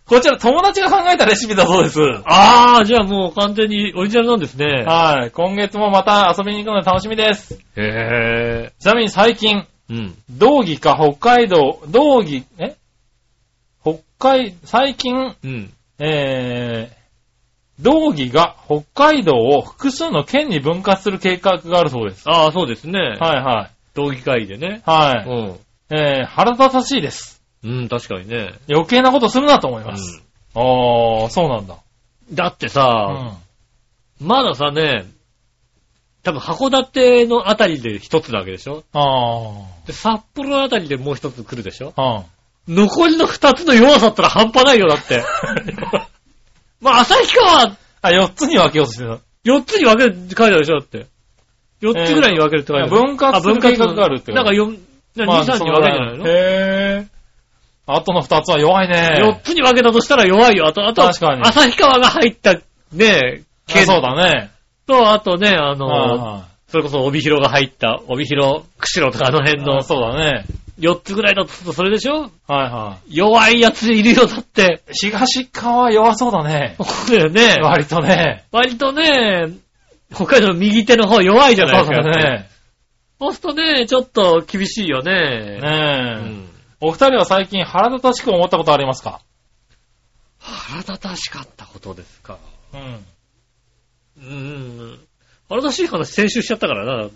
C: こちら友達が考えたレシピだそうです。
B: あー、じゃあもう完全にオリジナルなんですね。
C: はい。今月もまた遊びに行くので楽しみです。
B: へ
C: ちなみに最近、
B: ー。うん。
C: 道義か北海道、道義、え北海、最近、
B: うん。
C: えー、道義が北海道を複数の県に分割する計画があるそうです。
B: あー、そうですね。
C: はいは
B: 同議会でね
C: い。。は
B: う
C: い。
B: ん。
C: えー、腹立たしいです。
B: うん、確かにね。
C: 余計なことするなと思いま
B: う
C: す。あー、そうなんだ。
B: ん。だって
C: う
B: さ、
C: ん。
B: まださね、多分函館のあたりで一つなわけでしょ
C: あ
B: で、札幌のあたりでもう一つ来るでしょ
C: ー。うん。
B: 残りの二つの弱さったら半端ないよ、だ って。まあ、旭川、
C: あ、4つに分けようとしてた。
B: 四つに分けるって書いてあるでしょ、だって。四つぐらいに分けるって書いてある。
C: えー分割する計画があるってこ
B: な
C: と
B: んか四、なんか二、三に分けるんじゃない
C: へ
B: の
C: ぇー。あとの2つは弱いね。
B: 四つに分けたとしたら弱いよ。あと、あと、
C: 確かに
B: 旭川が入った、ね、
C: あ
B: 県
C: そうだね。
B: と、あとね、あ
C: う
B: の、それこそ帯広が入った、帯広、釧路とかあの辺
C: ん。
B: の
C: あそうだね。
B: 4つぐらいだとするとそれでしょ
C: はいは
B: 弱いやついるよ、だって。
C: い。東側は弱そうだね。
B: そうだよね。
C: 割とね。
B: 割とね、北海道の右手の方弱いじゃない
C: そ
B: で
C: う
B: すか。
C: だね。
B: ポストね、ちょっと厳しいよね。う
C: ねえ。
B: ん。
C: お二人は最近腹立たしく思ったことありますか
B: 腹立たしかったことですか。
C: うん。
B: うん。腹立たしい話先週しちゃったからな。ね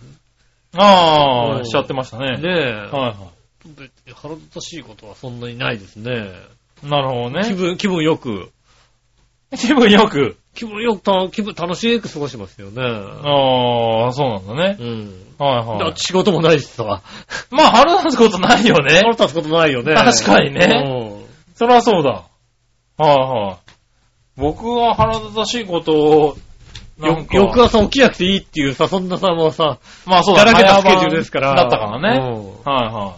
C: あ
B: うん
C: あ、しちゃってましたね。
B: え。
C: はいは
B: 腹立たしいことはそんなにないですね。
C: い。なるほど
B: 気
C: ね。
B: 分、気分よく。
C: 気分よく。
B: 気分よくた、気分楽しく過ごしてますよね。
C: ああ、そうなんだね
B: う。ん。
C: はい
B: だっ
C: はい
B: て。仕事もないしさ。
C: まあ腹立つことないよね。
B: 腹立つことないよね。
C: 確かに
B: ね。
C: そりゃそうだ。はいはい。僕は腹立たしいことを、なん
B: よ
C: か
B: 翌朝起きなくていいっていうさ、そんなさ、もうさ、
C: まあそう
B: だ
C: だ、
B: らけた
C: 早
B: スケ
C: 番
B: ジュールですから。
C: だったからね。
B: ね。
C: はいはい。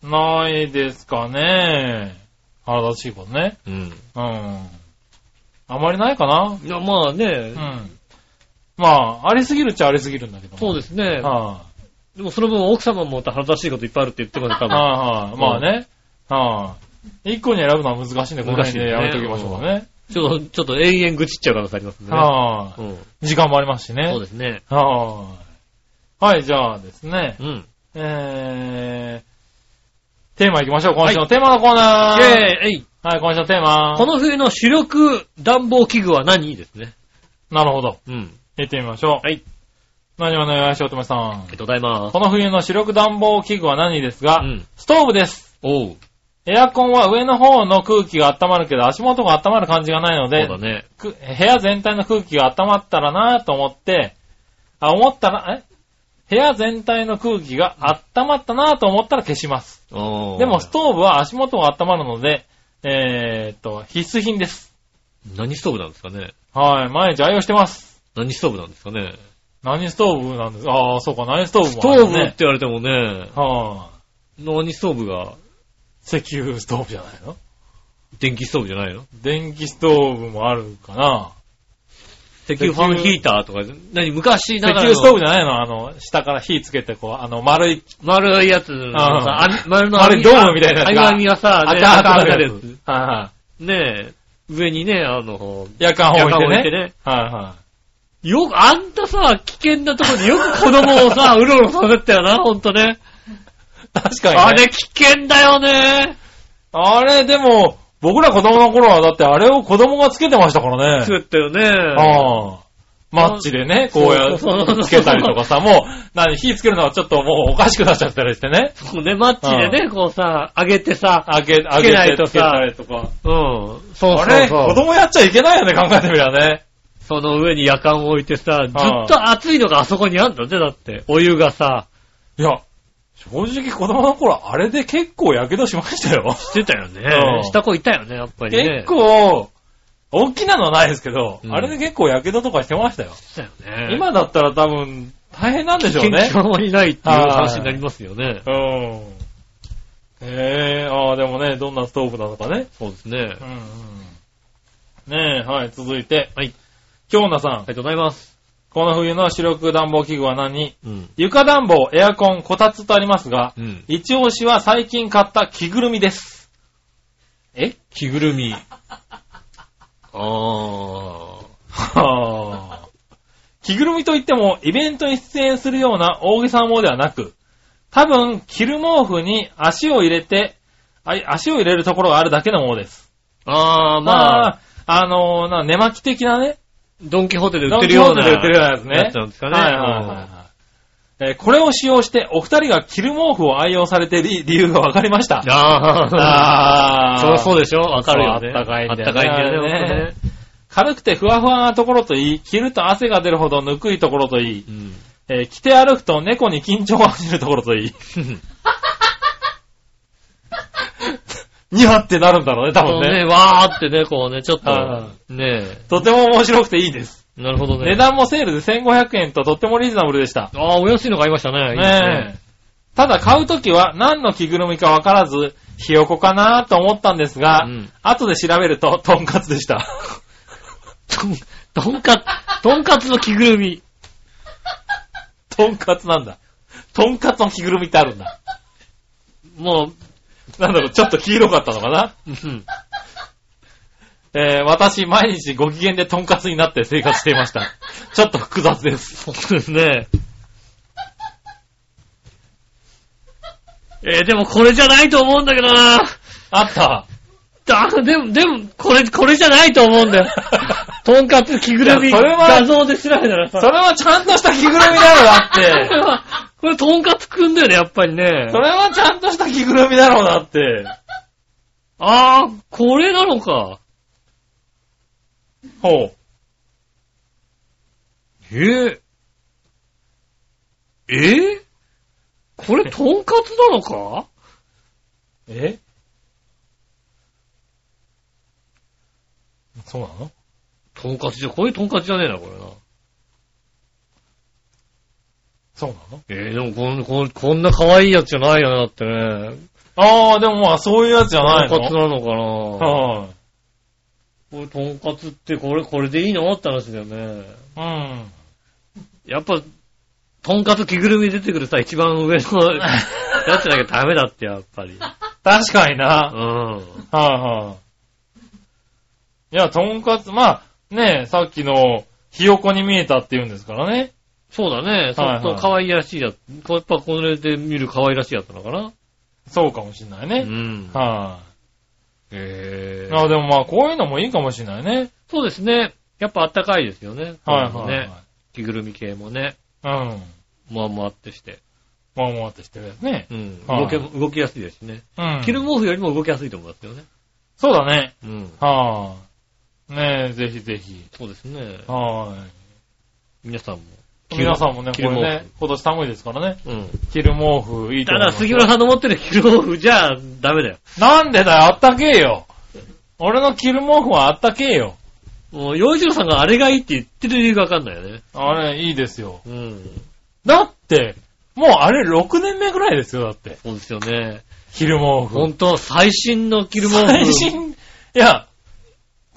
C: ないですかね。腹立たしいことね。
B: うん。
C: うん。あまりないかな。
B: いや、まあね
C: う、ん。まあ、ありすぎるっちゃありすぎるんだけど。
B: そう
C: で
B: ですね。
C: は
B: でもその分奥様もまた腹立たしいこといっぱいあるって言ってます
C: い、
B: よ、
C: はい、
B: うん
C: まあね。はい、一個に選ぶのは難しいんで、この辺でやめときましょうかね。
B: 多分。ちょっと、ちょっと延々愚痴っちゃう可能性ありますね。
C: は
B: う
C: い、
B: ん。
C: 時間もありますしね。
B: そうですね。
C: はーい。はい、じゃあですね。
B: うん。
C: えー、テーマ行きましょう。今週のテーマのコーナー。
B: ええい。
C: はい、今週のテーマ。
B: この冬の主力暖房器具は何ですね。
C: なるほど。
B: うん。
C: 行ってみましょう。
B: はい。
C: 何をお願いしよう、とめさ
B: あ
C: ん
B: り。がとうございます。
C: この冬の主力暖房器具は何ですが、
B: うん。
C: ストーブです。
B: おう。
C: エアコンは上の方の空気が温まるけど、足元が温まる感じがないの
B: そう
C: で、
B: だね。
C: く部屋全体の空気が温まったらなぁと思って、あ、思ったら、え部屋全体の空気が温まったなぁと思ったら消します。
B: おう
C: でも、ストーブは足元が温まるので、えー、っと、必須品です。
B: 何ストーブなんですかね。
C: はい。毎日愛用してます。
B: 何ストーブなんですかね。
C: 何ストーブなんですああ、そうか、何ストーブ
B: ス
C: も
B: ト
C: あ
B: ー
C: る
B: ブって
C: ね。
B: 言われてもね、
C: はあ、
B: 何ストーブが
C: 石油ストーブじゃないの
B: 電気ストーブじゃないの
C: 電気ストーブもあるかな
B: 石油ファンヒーターとか、何昔
C: 石
B: ながらの
C: 油ストーブじゃないのあの、下から火つけて、こう、あの、丸い、
B: 丸いやつのさ、あ丸の
C: あれ
B: 網
C: ドームみたいなやつが
B: 網網がさ、ね
C: 赤々
B: 赤
C: の
B: 々
C: や
B: のや
C: つ。はい
B: つ
C: は
B: ねえ、上にね、あの、
C: い。夜間置い
B: 夜間置い
C: て
B: て
C: ね。
B: ね。
C: はいは
B: よく、あんたさ、危険なとこによく子供を さ、うろうろさせたよな、ほんとね。
C: い。確かに、ね。
B: あれ危険だよね。
C: あれ、でも、僕ら子供の頃はだってあれを子供がつけてましたからね。
B: 作ったよね。
C: ああ。マッチでね、
B: そう
C: こうや
B: そうそうそう
C: つけたりとかさ、もう、 何、火つけるのはちょっともうおかしくなっちゃったりしてね。
B: そうね、マッチでね、こうさ、上げてさ、
C: あげ、あ
B: つけ
C: げ
B: ない
C: て
B: と
C: つけた
B: さ
C: りとか。
B: うん。そうそうそう。
C: あれ、子供やっちゃいけないよね、考えてみりゃね。
B: その上に夜間を置いてさ、ず
C: あ
B: っと熱いのがあそこにあんだぜ、だって。お湯がさ、
C: いや、正直子供の頃あれで結構火傷しましたよ。
B: してたよ
C: う
B: ね。
C: ん
B: した 子いたよね、やっぱりね。
C: 結構、大きなのはないですけど、
B: うん
C: あれで結構火傷とかしてましたよ。
B: したよね。
C: 今だったら多分、大変なんでしょう
B: 元
C: ね
B: 気。があまりないっていう話になりますよね。
C: うん。へえ、ああ、でもね、どんなストーブなのかね。
B: そうですね。
C: うんうん。ねえ、はい、続いて。
B: はい。
C: 京奈さん
B: ありが。とうございます。
C: この冬の主力暖房器具は何
B: うん。
C: 床暖房、エアコン、こたつとありますが、
B: うん。
C: 一押しは最近買った着ぐるみです。え
B: 着ぐるみ。あー。
C: はあ。着ぐるみといっても、イベントに出演するような大げさなものではなく、多分、着る毛布に足を入れて、あい足を入れるところがあるだけのものです。
B: あー、まあ、
C: まあ、あのーな、寝巻き的なね。
B: ドンキホーテで売ってるような。
C: ダウンコートで売ってるようなやつね。
B: やつなんですかね
C: はいはいはいはい。えーこれを使用して、お二人が着る毛布を愛用されている理由が分かりました。
B: あー。
C: あ
B: そうそう
C: う
B: でしょわかるよね。
C: そうあったかいんだ
B: あ
C: よね
B: ったかいんだよね。
C: あ
B: 本
C: れね
B: 当ね
C: 軽くてふわふわなところといい、着ると汗が出るほどぬくいところといい、
B: うん。
C: えー着て歩くと猫に緊張が走るところといい。 にわってなるんだろうね、多
B: こ
C: 分
B: うね、
C: ね。
B: わーってね、こうね、ちょっ
C: は
B: と、ね
C: とても面白くていいです。
B: え。なるほどね。
C: 値段もセールで1500円ととってもリーズナブルでした。
B: ああ、お安いの買いましたね。いいです
C: ねえ。ただ買うときは何の着ぐるみかわからず、ひよこかなと思ったんですが、
B: うん
C: 後で調べると、とんかつでした。
B: とん、とんかつ、とんかつの着ぐるみ。
C: とんかつなんだ。とんかつの着ぐるみってあるんだ。
B: も
C: なんだろう、ちょっと黄色かったのかな
B: う、うん
C: えー、私、毎日ご機嫌でとんかつにな って生活していました。ちょっと複雑です。
B: そうですね。えーでもこれじゃないと思うんだけどな
C: あった。
B: だ、でも、でも、これ、これじゃないと思うんだよ。 とんかつ着ぐるみ、
C: いやそれは
B: 画像で調べたらさ。
C: それはちゃんとした着ぐるみだろ、だ
B: これ
C: って。
B: は、これとんかつくんだよね、やっぱりね。
C: それはちゃんとした着ぐるみだろ、だって。
B: あー、これなのか。
C: ほう。
B: えええこれとんかつなのか
C: えそうなの
B: とんかつじゃ、こういうとんかつじゃねえな、これな。
C: そうなの
B: えー、でもこんこん、こんな可愛いやつじゃないよね、だってね。
C: ああ、でもまあそういうやつじゃない
B: とんかつ
C: の。
B: なのかな
C: はい、
B: これ、とんかつって、これ、これでいいのって話だよね。
C: うん。
B: やっぱ、とんかつ着ぐるみ出てくるさ、一番上のやつじゃなきゃダメだって、やっぱ り。
C: 確かに
B: う
C: な。
B: ん。
C: はいはい。いや、とんかつ、まあ、ねえ、さっきの、ひよこに見えたって言うんですからね。
B: そうだね。そう
C: はい
B: そ
C: は
B: う、
C: い
B: 可愛いらしいやつ。こうやっぱこれで見る可愛らしいやつなのかな
C: そうかもしんないうね。
B: ん。
C: は
B: へ
C: い、あ。
B: ー
C: でもまあ、こういうのもいいかもしんないね。
B: そうですね。やっぱあったかいですよね。
C: はいはい、
B: ね。着ぐるみ系もね。
C: はい。うん。
B: もわもわってして。
C: まあまあってしてるやつね。
B: うん。
C: は
B: 動
C: い
B: け、動きやすいですしね。
C: うん。
B: 着る毛布よりも動きやすいと思うんですよね。
C: そうだね。
B: うん。
C: はあ。ねえ、ぜひぜひ。
B: そうですね。
C: は
B: 皆さんも。
C: い。皆さんもね、こ
B: 着る
C: れ
B: 毛布
C: ね、今年寒いですからね。
B: うん。
C: 着る毛布いいと
B: た
C: 思いま
B: だ、
C: す。
B: 杉村さんの持ってる着る毛布じゃあ、ダメだよ。
C: なんでだよ、あったけえよ。俺の着る毛布はあったけえよ。
B: もう、洋一郎さんがあれがいいって言ってる理由がわかんないよね。
C: あれ、いいですよ。
B: うん。
C: だって、もうあれ6年目ぐらいですよ、だって。
B: そうですよね。
C: 着る毛
B: ほ
C: 布。
B: んと、最新の着る毛布。
C: 最新、いや、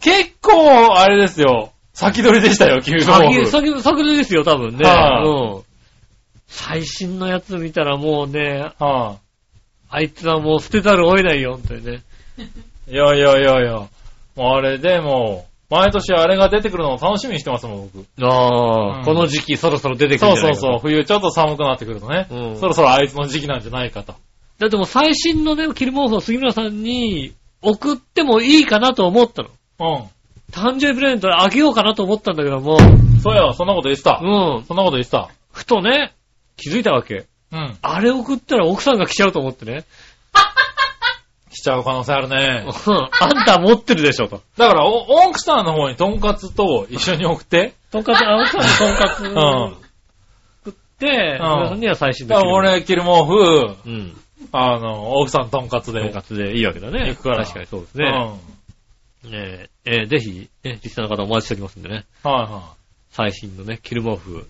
C: 結構、あれですよ。先取りでしたよ、着る毛
B: 先、
C: 布。
B: 先、先でですよ、多分ね。
C: はい
B: うん。最新のやつ見たらもうね、
C: はあ、
B: あいつはもう捨てざるを得ないよ、本当にね。
C: いやいやいやいや。もうあれでもう、毎年あれが出てくるのを楽しみにしてますもん、僕。
B: ああ、
C: うん
B: この時期そろそろ出てく
C: そ
B: るん
C: う
B: じゃな
C: そ
B: いうか
C: そう、冬ちょっと寒くなってくるとね、
B: うん
C: そろそろあいつの時期なんじゃないかと。
B: だってもう最新のね、着る毛布を杉村さんに送ってもいいかなと思ったの。
C: う
B: 誕生日プレゼントであげようかなと思ったんだけども、
C: ん。そうや、そんなこと言ってた。
B: うん。
C: そんなこと言ってた。
B: ふとね、気づいたわけ。
C: うん。
B: あれ送ったら奥さんが来ちゃうと思ってね。
C: しちゃう可能性ある
B: う
C: ね。
B: んあんた持ってるでしょと。
C: だから、お奥さんの方にトンカツと一緒に送って。
B: とんかつ、あ奥さんにとんかつ
C: うん。
B: 送って、
C: うん
B: うん、には最新
C: だ
B: で
C: か
B: す
C: ら俺、キルモフ、
B: うん。
C: あの、奥さんトンカツ
B: とん
C: で。
B: かつでいいわけだね。
C: 行くから
B: 確かにそうですね。ねええーぜひ、ね、リスナーの方お待ちしておりますんでね。
C: うん。はいは
B: 最新のね、キルモフ。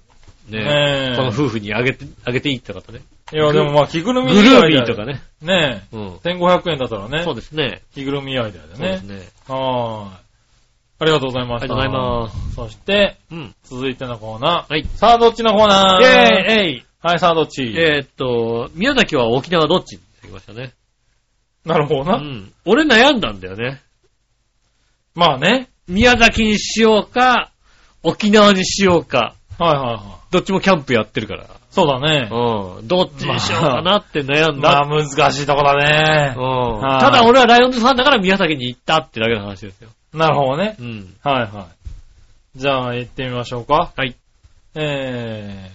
B: ね
C: ねえ
B: この夫婦にあげて、あげていいって方ね。
C: い。いや、でもまあ、着ぐる
B: グ
C: み
B: ル
C: 以
B: ー
C: 外
B: ビ
C: だ
B: ーと
C: よ
B: か。ね。
C: ね
B: うん
C: え。。1500円だったら
B: そう
C: ね。
B: ですね。
C: 着ぐるみアイデアだよ
B: そうです
C: ね。
B: ね。
C: はーい。ありがとうございま
B: あ
C: し
B: り
C: た。
B: がとうございます。
C: す。そして、
B: うん。
C: 続いてのコーナー。
B: はい。イ
C: さあ、どっちのコーナ
B: ェー
C: ー
B: イえい
C: はい、さあ、どっち
B: えーっと、宮崎は沖縄どっちって言いましたね。
C: なる
B: う
C: ほどな。
B: ん。俺悩んだんだよね。
C: まあね。
B: 宮崎にしようか、沖縄にしようか。
C: はいはいはい。
B: どっちもキャンプやってるから。
C: そうだね。
B: うん。どっちにしようかなって悩ん
C: ま
B: だ。
C: あ難しいとこだね。
B: うん。
C: はい
B: ただ俺はライオンズファンだから宮崎に行ったってだけの話ですよ。
C: なるほどね。
B: うん。
C: はいはい。じゃあ行ってみましょうか。
B: はい。
C: え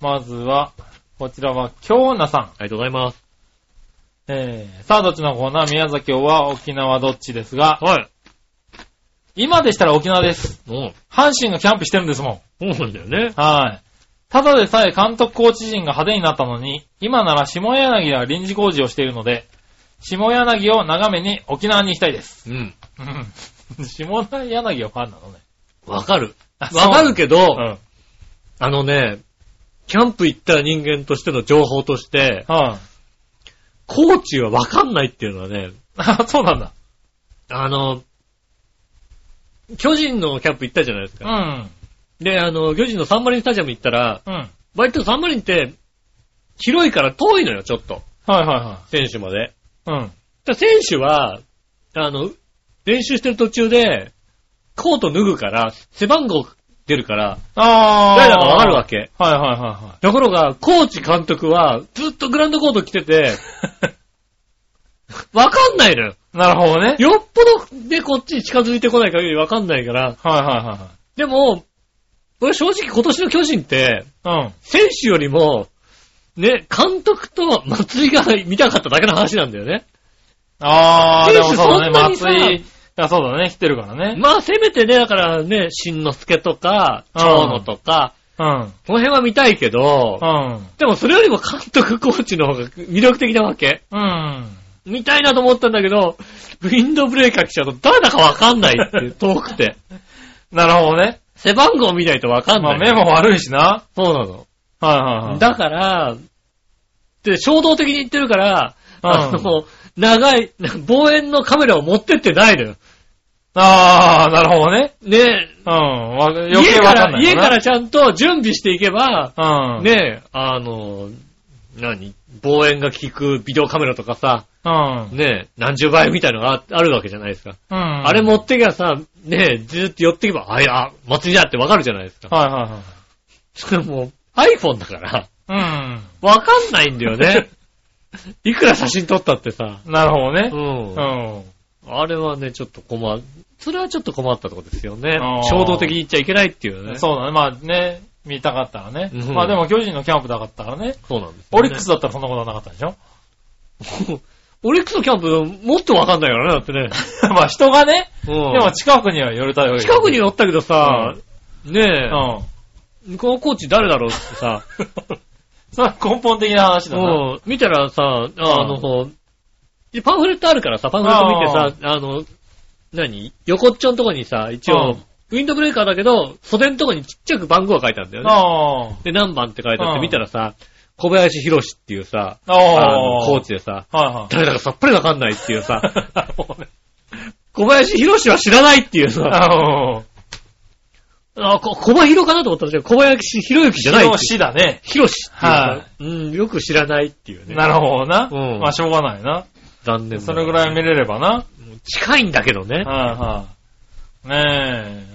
C: ー、まずは、こちらは、京奈さん。
B: ありがとうございます。
C: えー、さあどっちのコーナー宮崎は沖縄どっちですが、
B: はい。
C: 今でしたら沖縄です。
B: うん。
C: 阪神がキャンプしてるんですもん。
B: そうなんだよね。
C: はい。ただでさえ監督コーチ陣が派手になったのに、今なら下柳が臨時工事をしているので、下柳を眺めに沖縄に行きたいです。
B: うん。
C: うん。下柳はファンなのね。
B: わかる。
C: あ
B: わかるけど、
C: うん。はい、
B: あのね、キャンプ行った人間としての情報として、コーチはわかんないっていうのはね、
C: あ、そうなんだ。
B: あの、巨人のキャンプ行ったじゃないです
C: う
B: か。
C: ん。
B: で、あの、巨人のサンマリンスタジアム行ったら、
C: うん。はい
B: 割とサンマリンって、広いから遠いのよ、ちょっと。
C: は
B: 選手まで。
C: いは
B: だ
C: い。
B: から選手は、あの、練習してる途中で、コート脱ぐから、背番号出るから、
C: あー。
B: 誰だかわかるわけ。
C: はいはいはいはい。
B: ところが、コーチ監督は、ずっとグランドコート着て て、わかんないのよ。
C: なるほどね。
B: よっぽどね、こっちに近づいてこない限りわかんないから。
C: はいは
B: でも、俺正直今年の巨人って、
C: いはい。うん。
B: 選手よりも、ね、監督と松井が見たかっただけの話なんだよね。
C: あー、
B: 選
C: でも
B: 手
C: そうだね、
B: そんなにさ
C: 松井がそうだね、来てるからね。
B: まあ、せめてね、だからね、新之助とか、
C: うん
B: 長野とか、
C: うん。
B: この辺は見たいけど
C: う、ん。
B: でもそれよりも監督コーチの方が魅力的なわけ。
C: うん。
B: 見たいなと思ったんだけど、ウィンドブレーカー来ちゃうと誰だかわかんないっていう、遠くて。
C: なるほどね。
B: 背番号見ないとわかん
C: ま
B: な
C: あ
B: い。
C: 目も悪いしな。
B: そうなの。
C: はいはいはい。
B: だから、で、衝動的に言ってるから、
C: うん
B: あの、長い、望遠のカメラを持ってってないのよ。
C: あー、なるほどね。
B: ね
C: うん。わ余
B: 家
C: 計
B: か
C: わかんな
B: ら、
C: い
B: 家
C: よ
B: か
C: な。
B: らちゃんと準備していけば、
C: うん。。
B: ねあの、何望遠が効くビデオカメラとかさ、
C: うん。
B: ね何十倍みたいのがああるわけじゃないですか。
C: うん。
B: あれ持ってきゃさ、ねずーっと寄ってけば、あ、いや、祭りだってわかるじゃないですか。
C: はいはいはい。
B: それもう iPhone だから、
C: う
B: わかんないんだよ ね。いくら写真撮ったってさ。
C: ん。なるほど
B: う
C: ね。
B: ん。
C: うん。
B: あれはね、ちょっと困る。それはちょっと困ったとこですよね
C: あー。
B: 衝動的に言っちゃいけないっていうね。
C: そうだね。まあね、見たかったらね。
B: うん
C: まあでも巨人のキャンプだったからね。
B: そうなんです、
C: オリックス。だったらそんなことはなかったでしょ
B: オリックスのキャンプ、もっとわかんないからね、だって ね。
C: まあ人がね、
B: うん。
C: でも近くには寄れたよ。
B: 近くに寄ったけどさ、ねえ、
C: うん。
B: このコーチ誰だろうって さ、
C: それは根本的な話だな。
B: うん、見たらさ、あの、でパンフレットあるからさ、パンフレット見てさ、あの、何横っちょのとこにさ、一
C: う
B: 応
C: ん、
B: ウィンドブレーカーだけど、袖のとこにちっちゃく番号が書いてあるんだよね。
C: あ
B: で、何番って書いてあっ
C: う
B: て
C: ん
B: 見たらさ、小林博士っていうさ、
C: あ。
B: あ
C: あ
B: の
C: あ。
B: コーチでさ、
C: はいはい。
B: 誰だかさっぱりわかんないっていうさ、 小林博士は知らないっていうさ、
C: ああ。
B: あ、こ小林博かなと思ったんですけど、小林博之じゃないっていう
C: 広しだね。
B: ヒロシっていうの
C: はい
B: うん、よく知らないっていうね。
C: なるほどな。
B: うん
C: まあしょうがないな。
B: 残念
C: それぐらい見れればな。
B: い。近いんだけどね。
C: はいはい。ね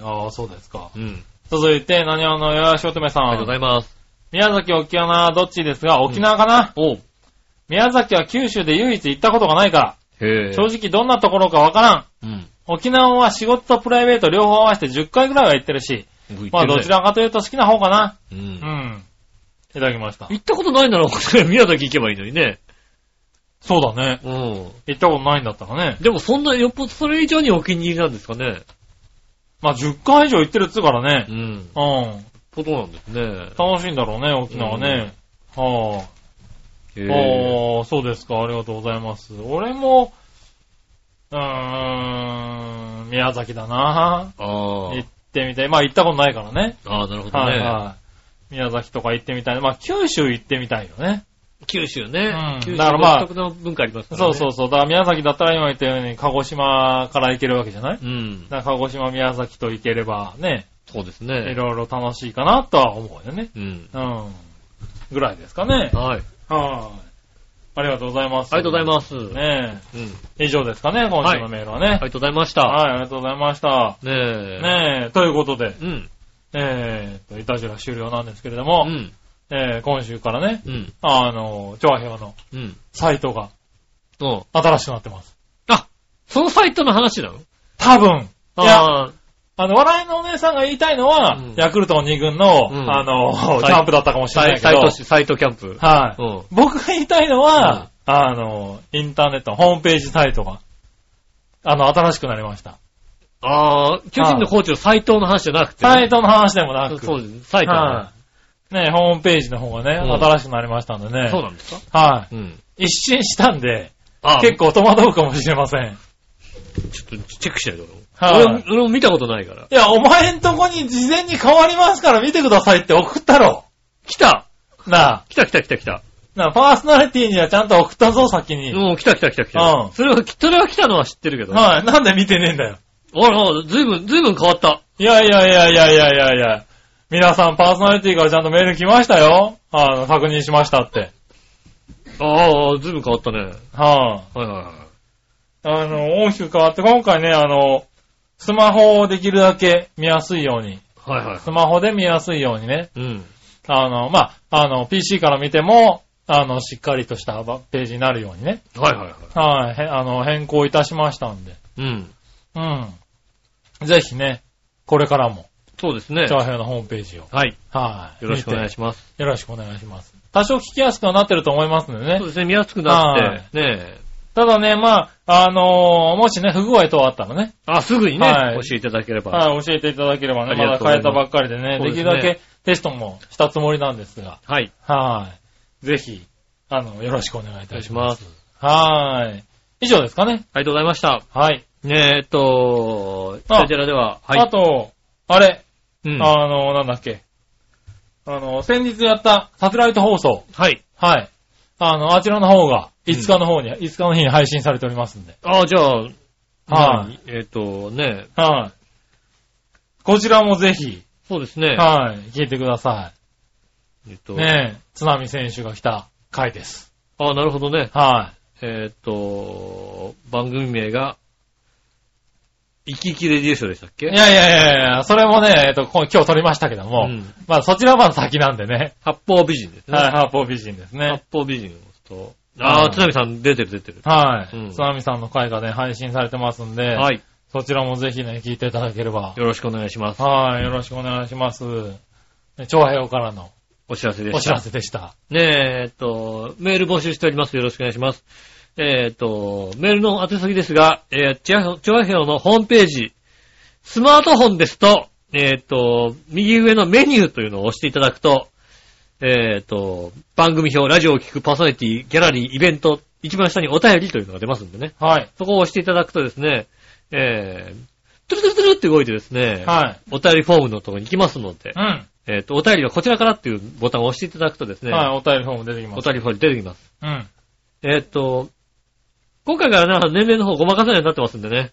C: え。ああ、そうですか。
B: うん。
C: 続いて、何をのよやしおとめさ
B: ありがとうござ
C: ん。
B: います。
C: 宮崎、沖縄、どっちですが、沖縄かな、
B: おう。
C: 宮崎は九州で唯一行ったことがないか
B: へえ。
C: ら、正直どんなところかわからん。
B: うん。
C: 沖縄は仕事とプライベート両方合わせて10回ぐらいは行ってるし、まあどちらかというと好きな方かな。
B: う。
C: うんん。いただきました。
B: 行ったことないなら、宮崎行けばいいのにね。
C: そうだね。
B: うん。
C: 行ったことないんだったらね。
B: でもそんな、よっぽどそれ以上にお気に入りなんですかね。
C: まあ10回以上行ってるっつうから
B: ん。
C: ね。うん。
B: ことなんですね。
C: 楽しいんだろうね、沖縄ね。はあ。
B: へえ。
C: ああ、そうですか。ありがとうございます。俺も、うーん、宮崎だな。
B: あ
C: 行
B: ー
C: ってみたい。まあ行ったことないからね。
B: あー、なるほど
C: はい
B: ね。
C: はい。宮崎とか行ってみたい。まあ九州行ってみたいよね。
B: 九州ね
C: うん。
B: 九州
C: だからまあ
B: 独特の文化ありますから
C: そ
B: ね。
C: うそうそう。だから宮崎だったら今言ったように鹿児島から行けるわけじゃないだ
B: う。うん。
C: から鹿児島、宮崎と行ければね、
B: そうです
C: い
B: ね。
C: ろいろ楽しいかなとは思うよね。
B: うん。
C: うん。ぐらいですかね。
B: はい。
C: はい。ありがとうございます。
B: ありがとうござい
C: す。
B: ます。うん。
C: ね
B: あ
C: え。以上ですかね、今週のメールはね。
B: りがとうございました。
C: はい、ありがとうございました。
B: ねえ。
C: ねえ、ということで、
B: うん。
C: えーと、イタジラ終了なんですけれども、
B: うん。
C: えー今週からね、
B: うん。
C: あの、調和表の
B: うん。
C: サイトが
B: うん。
C: 新しくなってます。
B: あ、そのサイトの話なの
C: 多分、いや、
B: ああ、
C: あの、笑いのお姉さんが言いたいのは、
B: うん
C: ヤクルト2軍の、
B: うん
C: あの、キ
B: サイ
C: ャンプだったかもしれ
B: サ
C: ない
B: イ
C: け
B: サイ
C: ど
B: ト、し、サイトキャンプ。
C: はい、
B: うん。
C: 僕が言いたいのは、あの、インターネット、ホームページサイトが、あの、新しくなりました。
B: ああ、巨人のコーチの斎藤の話じゃなくてね、
C: サイトの話でもなく、
B: そうです。サイトの
C: は
B: 話。
C: い、ね、ホームページの方がね、
B: うん
C: 新しくなりましたんでね。
B: そうなんですか
C: は
B: うん。
C: い。一新したんで、
B: あ
C: 結
B: 結
C: 構戸惑うかもしれません。
B: 構、ちょっとチェックしないと。
C: はい
B: 俺も、俺も見たことないから。
C: いや、お前んとこに事前に変わりますから見てくださいって送ったろ。
B: 来た
C: なあ。
B: 来た来た来た来た。
C: なあ、パーソナリティにはちゃんと送ったぞ、先に。
B: うん、来た来た来た来
C: うん
B: た。それは、それは来たのは知ってるけど。あ
C: はい。なんで見てねえんだよ。
B: ら、ずいぶん、ずいぶん変わった。
C: いやいやいやいやいやいやいや。皆さんパーソナリティからちゃんとメール来ましたよ。あの、確認しましたって。
B: ああ、ずいぶん変わったね。はい
C: はい、
B: はいはい。
C: あの、大きく変わって、今回ね、あの、スマホをできるだけ見やすいように、
B: はいはい。
C: スマホで見やすいようにね。
B: うん。
C: あの、まあ、あの、PC から見ても、あの、しっかりとしたばページになるようにね。
B: はいはいはい。
C: はい、へあの、変更いたしましたんで。
B: うん。
C: うん。ぜひね、これからも、
B: そうですね
C: チ。ャーヘアのホームページを。
B: はい。
C: はい。
B: よろしくお願い
C: し
B: します。
C: ます。よろしくお願いします。多少聞きやすくはなってると思いますのでね
B: そう。ですね、見やすくなって、ねえ。
C: ただね、まあ、あのーもしね、不具合等あったらね、
B: あ、すぐにね、
C: はい
B: 教えていただければ。
C: はい、教えていただければ
B: あ
C: ね、
B: りが
C: まだ
B: とうござ
C: 変
B: います
C: えたばっかりでね、
B: そうで
C: で
B: す
C: き
B: ね
C: るだけテストもしたつもりなんですが、
B: はい。
C: はい。ぜひ、あの、よろしくお願い
B: お
C: い
B: 願
C: た
B: い
C: し
B: し
C: ま。
B: ますす。
C: はい。以上ですかね。
B: ありがとうございました。
C: はい。
B: ねえ、えっと、
C: あ
B: こちらでは、はい。
C: あと、あれ、
B: うん、は
C: あの、なんだっけ。あの、先日やったサテライト放送。
B: い。
C: はい。あの、あちらの方が、5日の方に、5日の日に配信されておりますんで。
B: あじゃあ、
C: はい。
B: えっと、ねえ、
C: はい。こちらもぜひ、
B: そうですね。
C: はい、聞いてくださ
B: えっ
C: い。
B: と、
C: ねえ、津波選手が来た回です。
B: あなるほどね。
C: は
B: えっと、番組名が、生き生きレディーショーでしたっ
C: い。い
B: け
C: やいやいやいや、それもね、えっと、こ今日撮りましたけども、
B: うん
C: まあそちらは先なんでね。
B: 八方美人ですね。
C: はい、ハーポー美人ですね
B: 八。方美人と、あ
C: う
B: あ、
C: ん
B: 津波さん出てる出てる。
C: はい。
B: うん
C: 津波さんの回がね、配信されてますんで、
B: はい。
C: そちらもぜひね、聞いていただければ。
B: よろしくお願いします。
C: はい、よろしくお願いします。ね長平からの
B: お知らせでした。
C: お知らせでした。
B: ねえ、えっと、メール募集しております。よろしくお願いします。えっと、メールの宛先ですが、えー、チョアヘオのホームページ、スマートフォンですと、えっと、右上のメニューというのを押していただくと、えっと、番組表、ラジオを聞くパーソナリティ、ギャラリー、イベント、一番下にお便りというのが出ますんでね。
C: はい。
B: そこを押していただくとですね、えー、トゥルトゥルトゥルって動いてですね、
C: はい。
B: お便りフォームのところに行きますので
C: う、ん。
B: えっ、と、お便りはこちらからっていうボタンを押していただくとですね、
C: はい、お便りフォーム出てきま
B: お
C: す。
B: 便りフォーム出てきます。
C: うん。
B: えっ、と、今回からな、年齢の方ごまかせないようになってますんでね。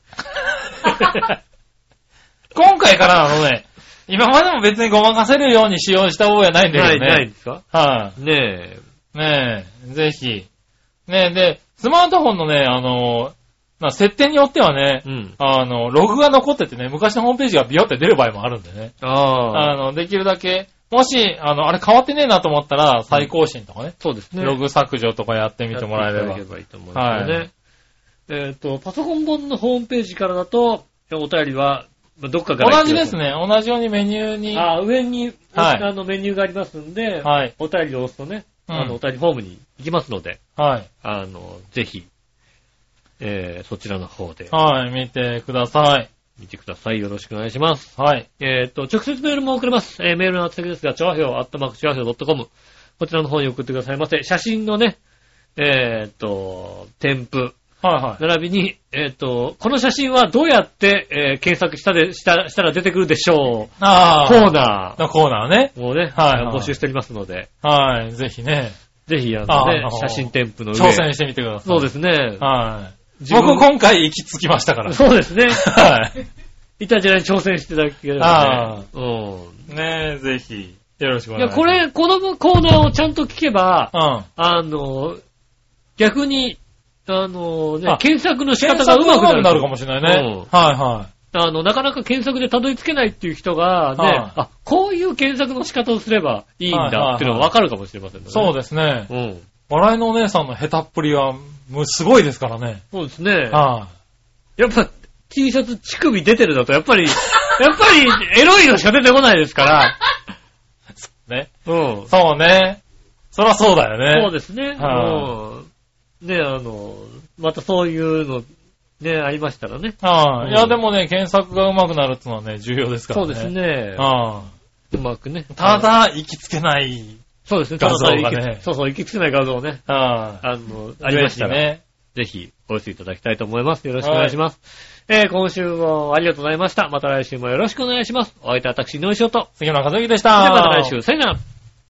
C: 今回からなのね、 今までも別にごまかせるように使用した覚え はないんだ
B: な
C: け
B: い、
C: ど
B: ない
C: ね。
B: ですか
C: は
B: ねえ。
C: い。ねえ、ぜひ。ねえ、で、スマートフォンのね、あの、まあ設定によってはね
B: う、ん。
C: あの、ログが残っててね、昔のホームページがビヨって出る場合もあるんでね。
B: ああ。
C: あの、できるだけ、もし、あの、あれ変わってねえなと思ったら、再更新とかね、
B: そうですね。
C: ログ削除とかやってみ
B: 見
C: てもらえれば。
B: けばいいと思いますよね。
C: は
B: えっ、と、パソコン本のホームページからだと、お便りは、まあどっかから
C: 同じです。ね。同じようにメニューに。
B: ああ、上に、
C: はい
B: あのメニューがありますんで、
C: はい。
B: お便りを押すとね、
C: うん
B: あの、お便りフォームに行きますので、
C: はい。
B: あの、ぜひ、えー、そちらの方で
C: はい。見てください。
B: 見てください。よろしくお願いします。
C: はい。
B: えっ、と、直接メールも送れます。えーメールの宛先ですが、チョアヘオ、アットマークチョアヘオ .com。こちらの方に送ってくださいませ。写真のね、えっ、と、添付、
C: はいはい。
B: 並びに、えっ、と、この写真はどうやって、えー検索したで、した、したら出てくるでしょう。
C: ああ。
B: コーナ
C: のコーナーね。
B: ーをね、
C: はいはい
B: 募集しておりますので、
C: はい。ぜひね、
B: ぜひ、あのね
C: あー、
B: 写真添付の上。
C: 挑戦してみてください。
B: そうですね。
C: はい。
B: 自分
C: 僕今回行き着きましたから。
B: そう ですね。
C: はい。
B: いたじらに挑戦していただければね。うん。
C: ねえ、ぜひ、よろしくお
B: いや、
C: 願いします。
B: これ、このコーナーをちゃんと聞けば
C: う、ん。
B: あの、逆に、あのね
C: あ、
B: 検索の仕方
C: 検
B: が
C: 索
B: う
C: が
B: ま
C: 上
B: くな
C: 手
B: る。
C: くなるかもしれないね。はいはい。
B: あの、なかなか検索でたどり着けないっていう人が、ね、
C: はい
B: あ、こういう検索の仕方をすればいいん
C: はいはいはい
B: だっていうのがわかるかもしれませんね。
C: そうですね。
B: す。うん。
C: 笑いのお姉さんの下手っぷりは、むすごいですからね。
B: そうですね。
C: は
B: やっぱ、T シャツ乳首出てるだと、やっぱり、 やっぱり、エロいのしか出てこないですから。
C: い。ね。
B: うん。
C: そうね。そらそうだよね。
B: そうですね。
C: は
B: うん。ね、あの、またそういうの、ね、ありましたらね。
C: は
B: う
C: い。
B: ん
C: いや、でもね、検索が上手くなるってのはね、重要ですから
B: そう
C: ね。
B: です。ね。
C: は
B: うまくね
C: い。。た、だ、行きつけない。
B: そうですね。
C: 画像がね
B: ただ行きそうそう、行きつけない画像をね。
C: は
B: あの、
C: い。
B: ありましたら、
C: ね。
B: ぜひ、お寄せいただきたいと思います。よろしくお願いします。えー、今週もありがとうございました。また来週もよろしくお願いします。お相手は私、井上翔と。
C: 杉村和之でし
B: それ
C: た。
B: ではまた来週、さよなら。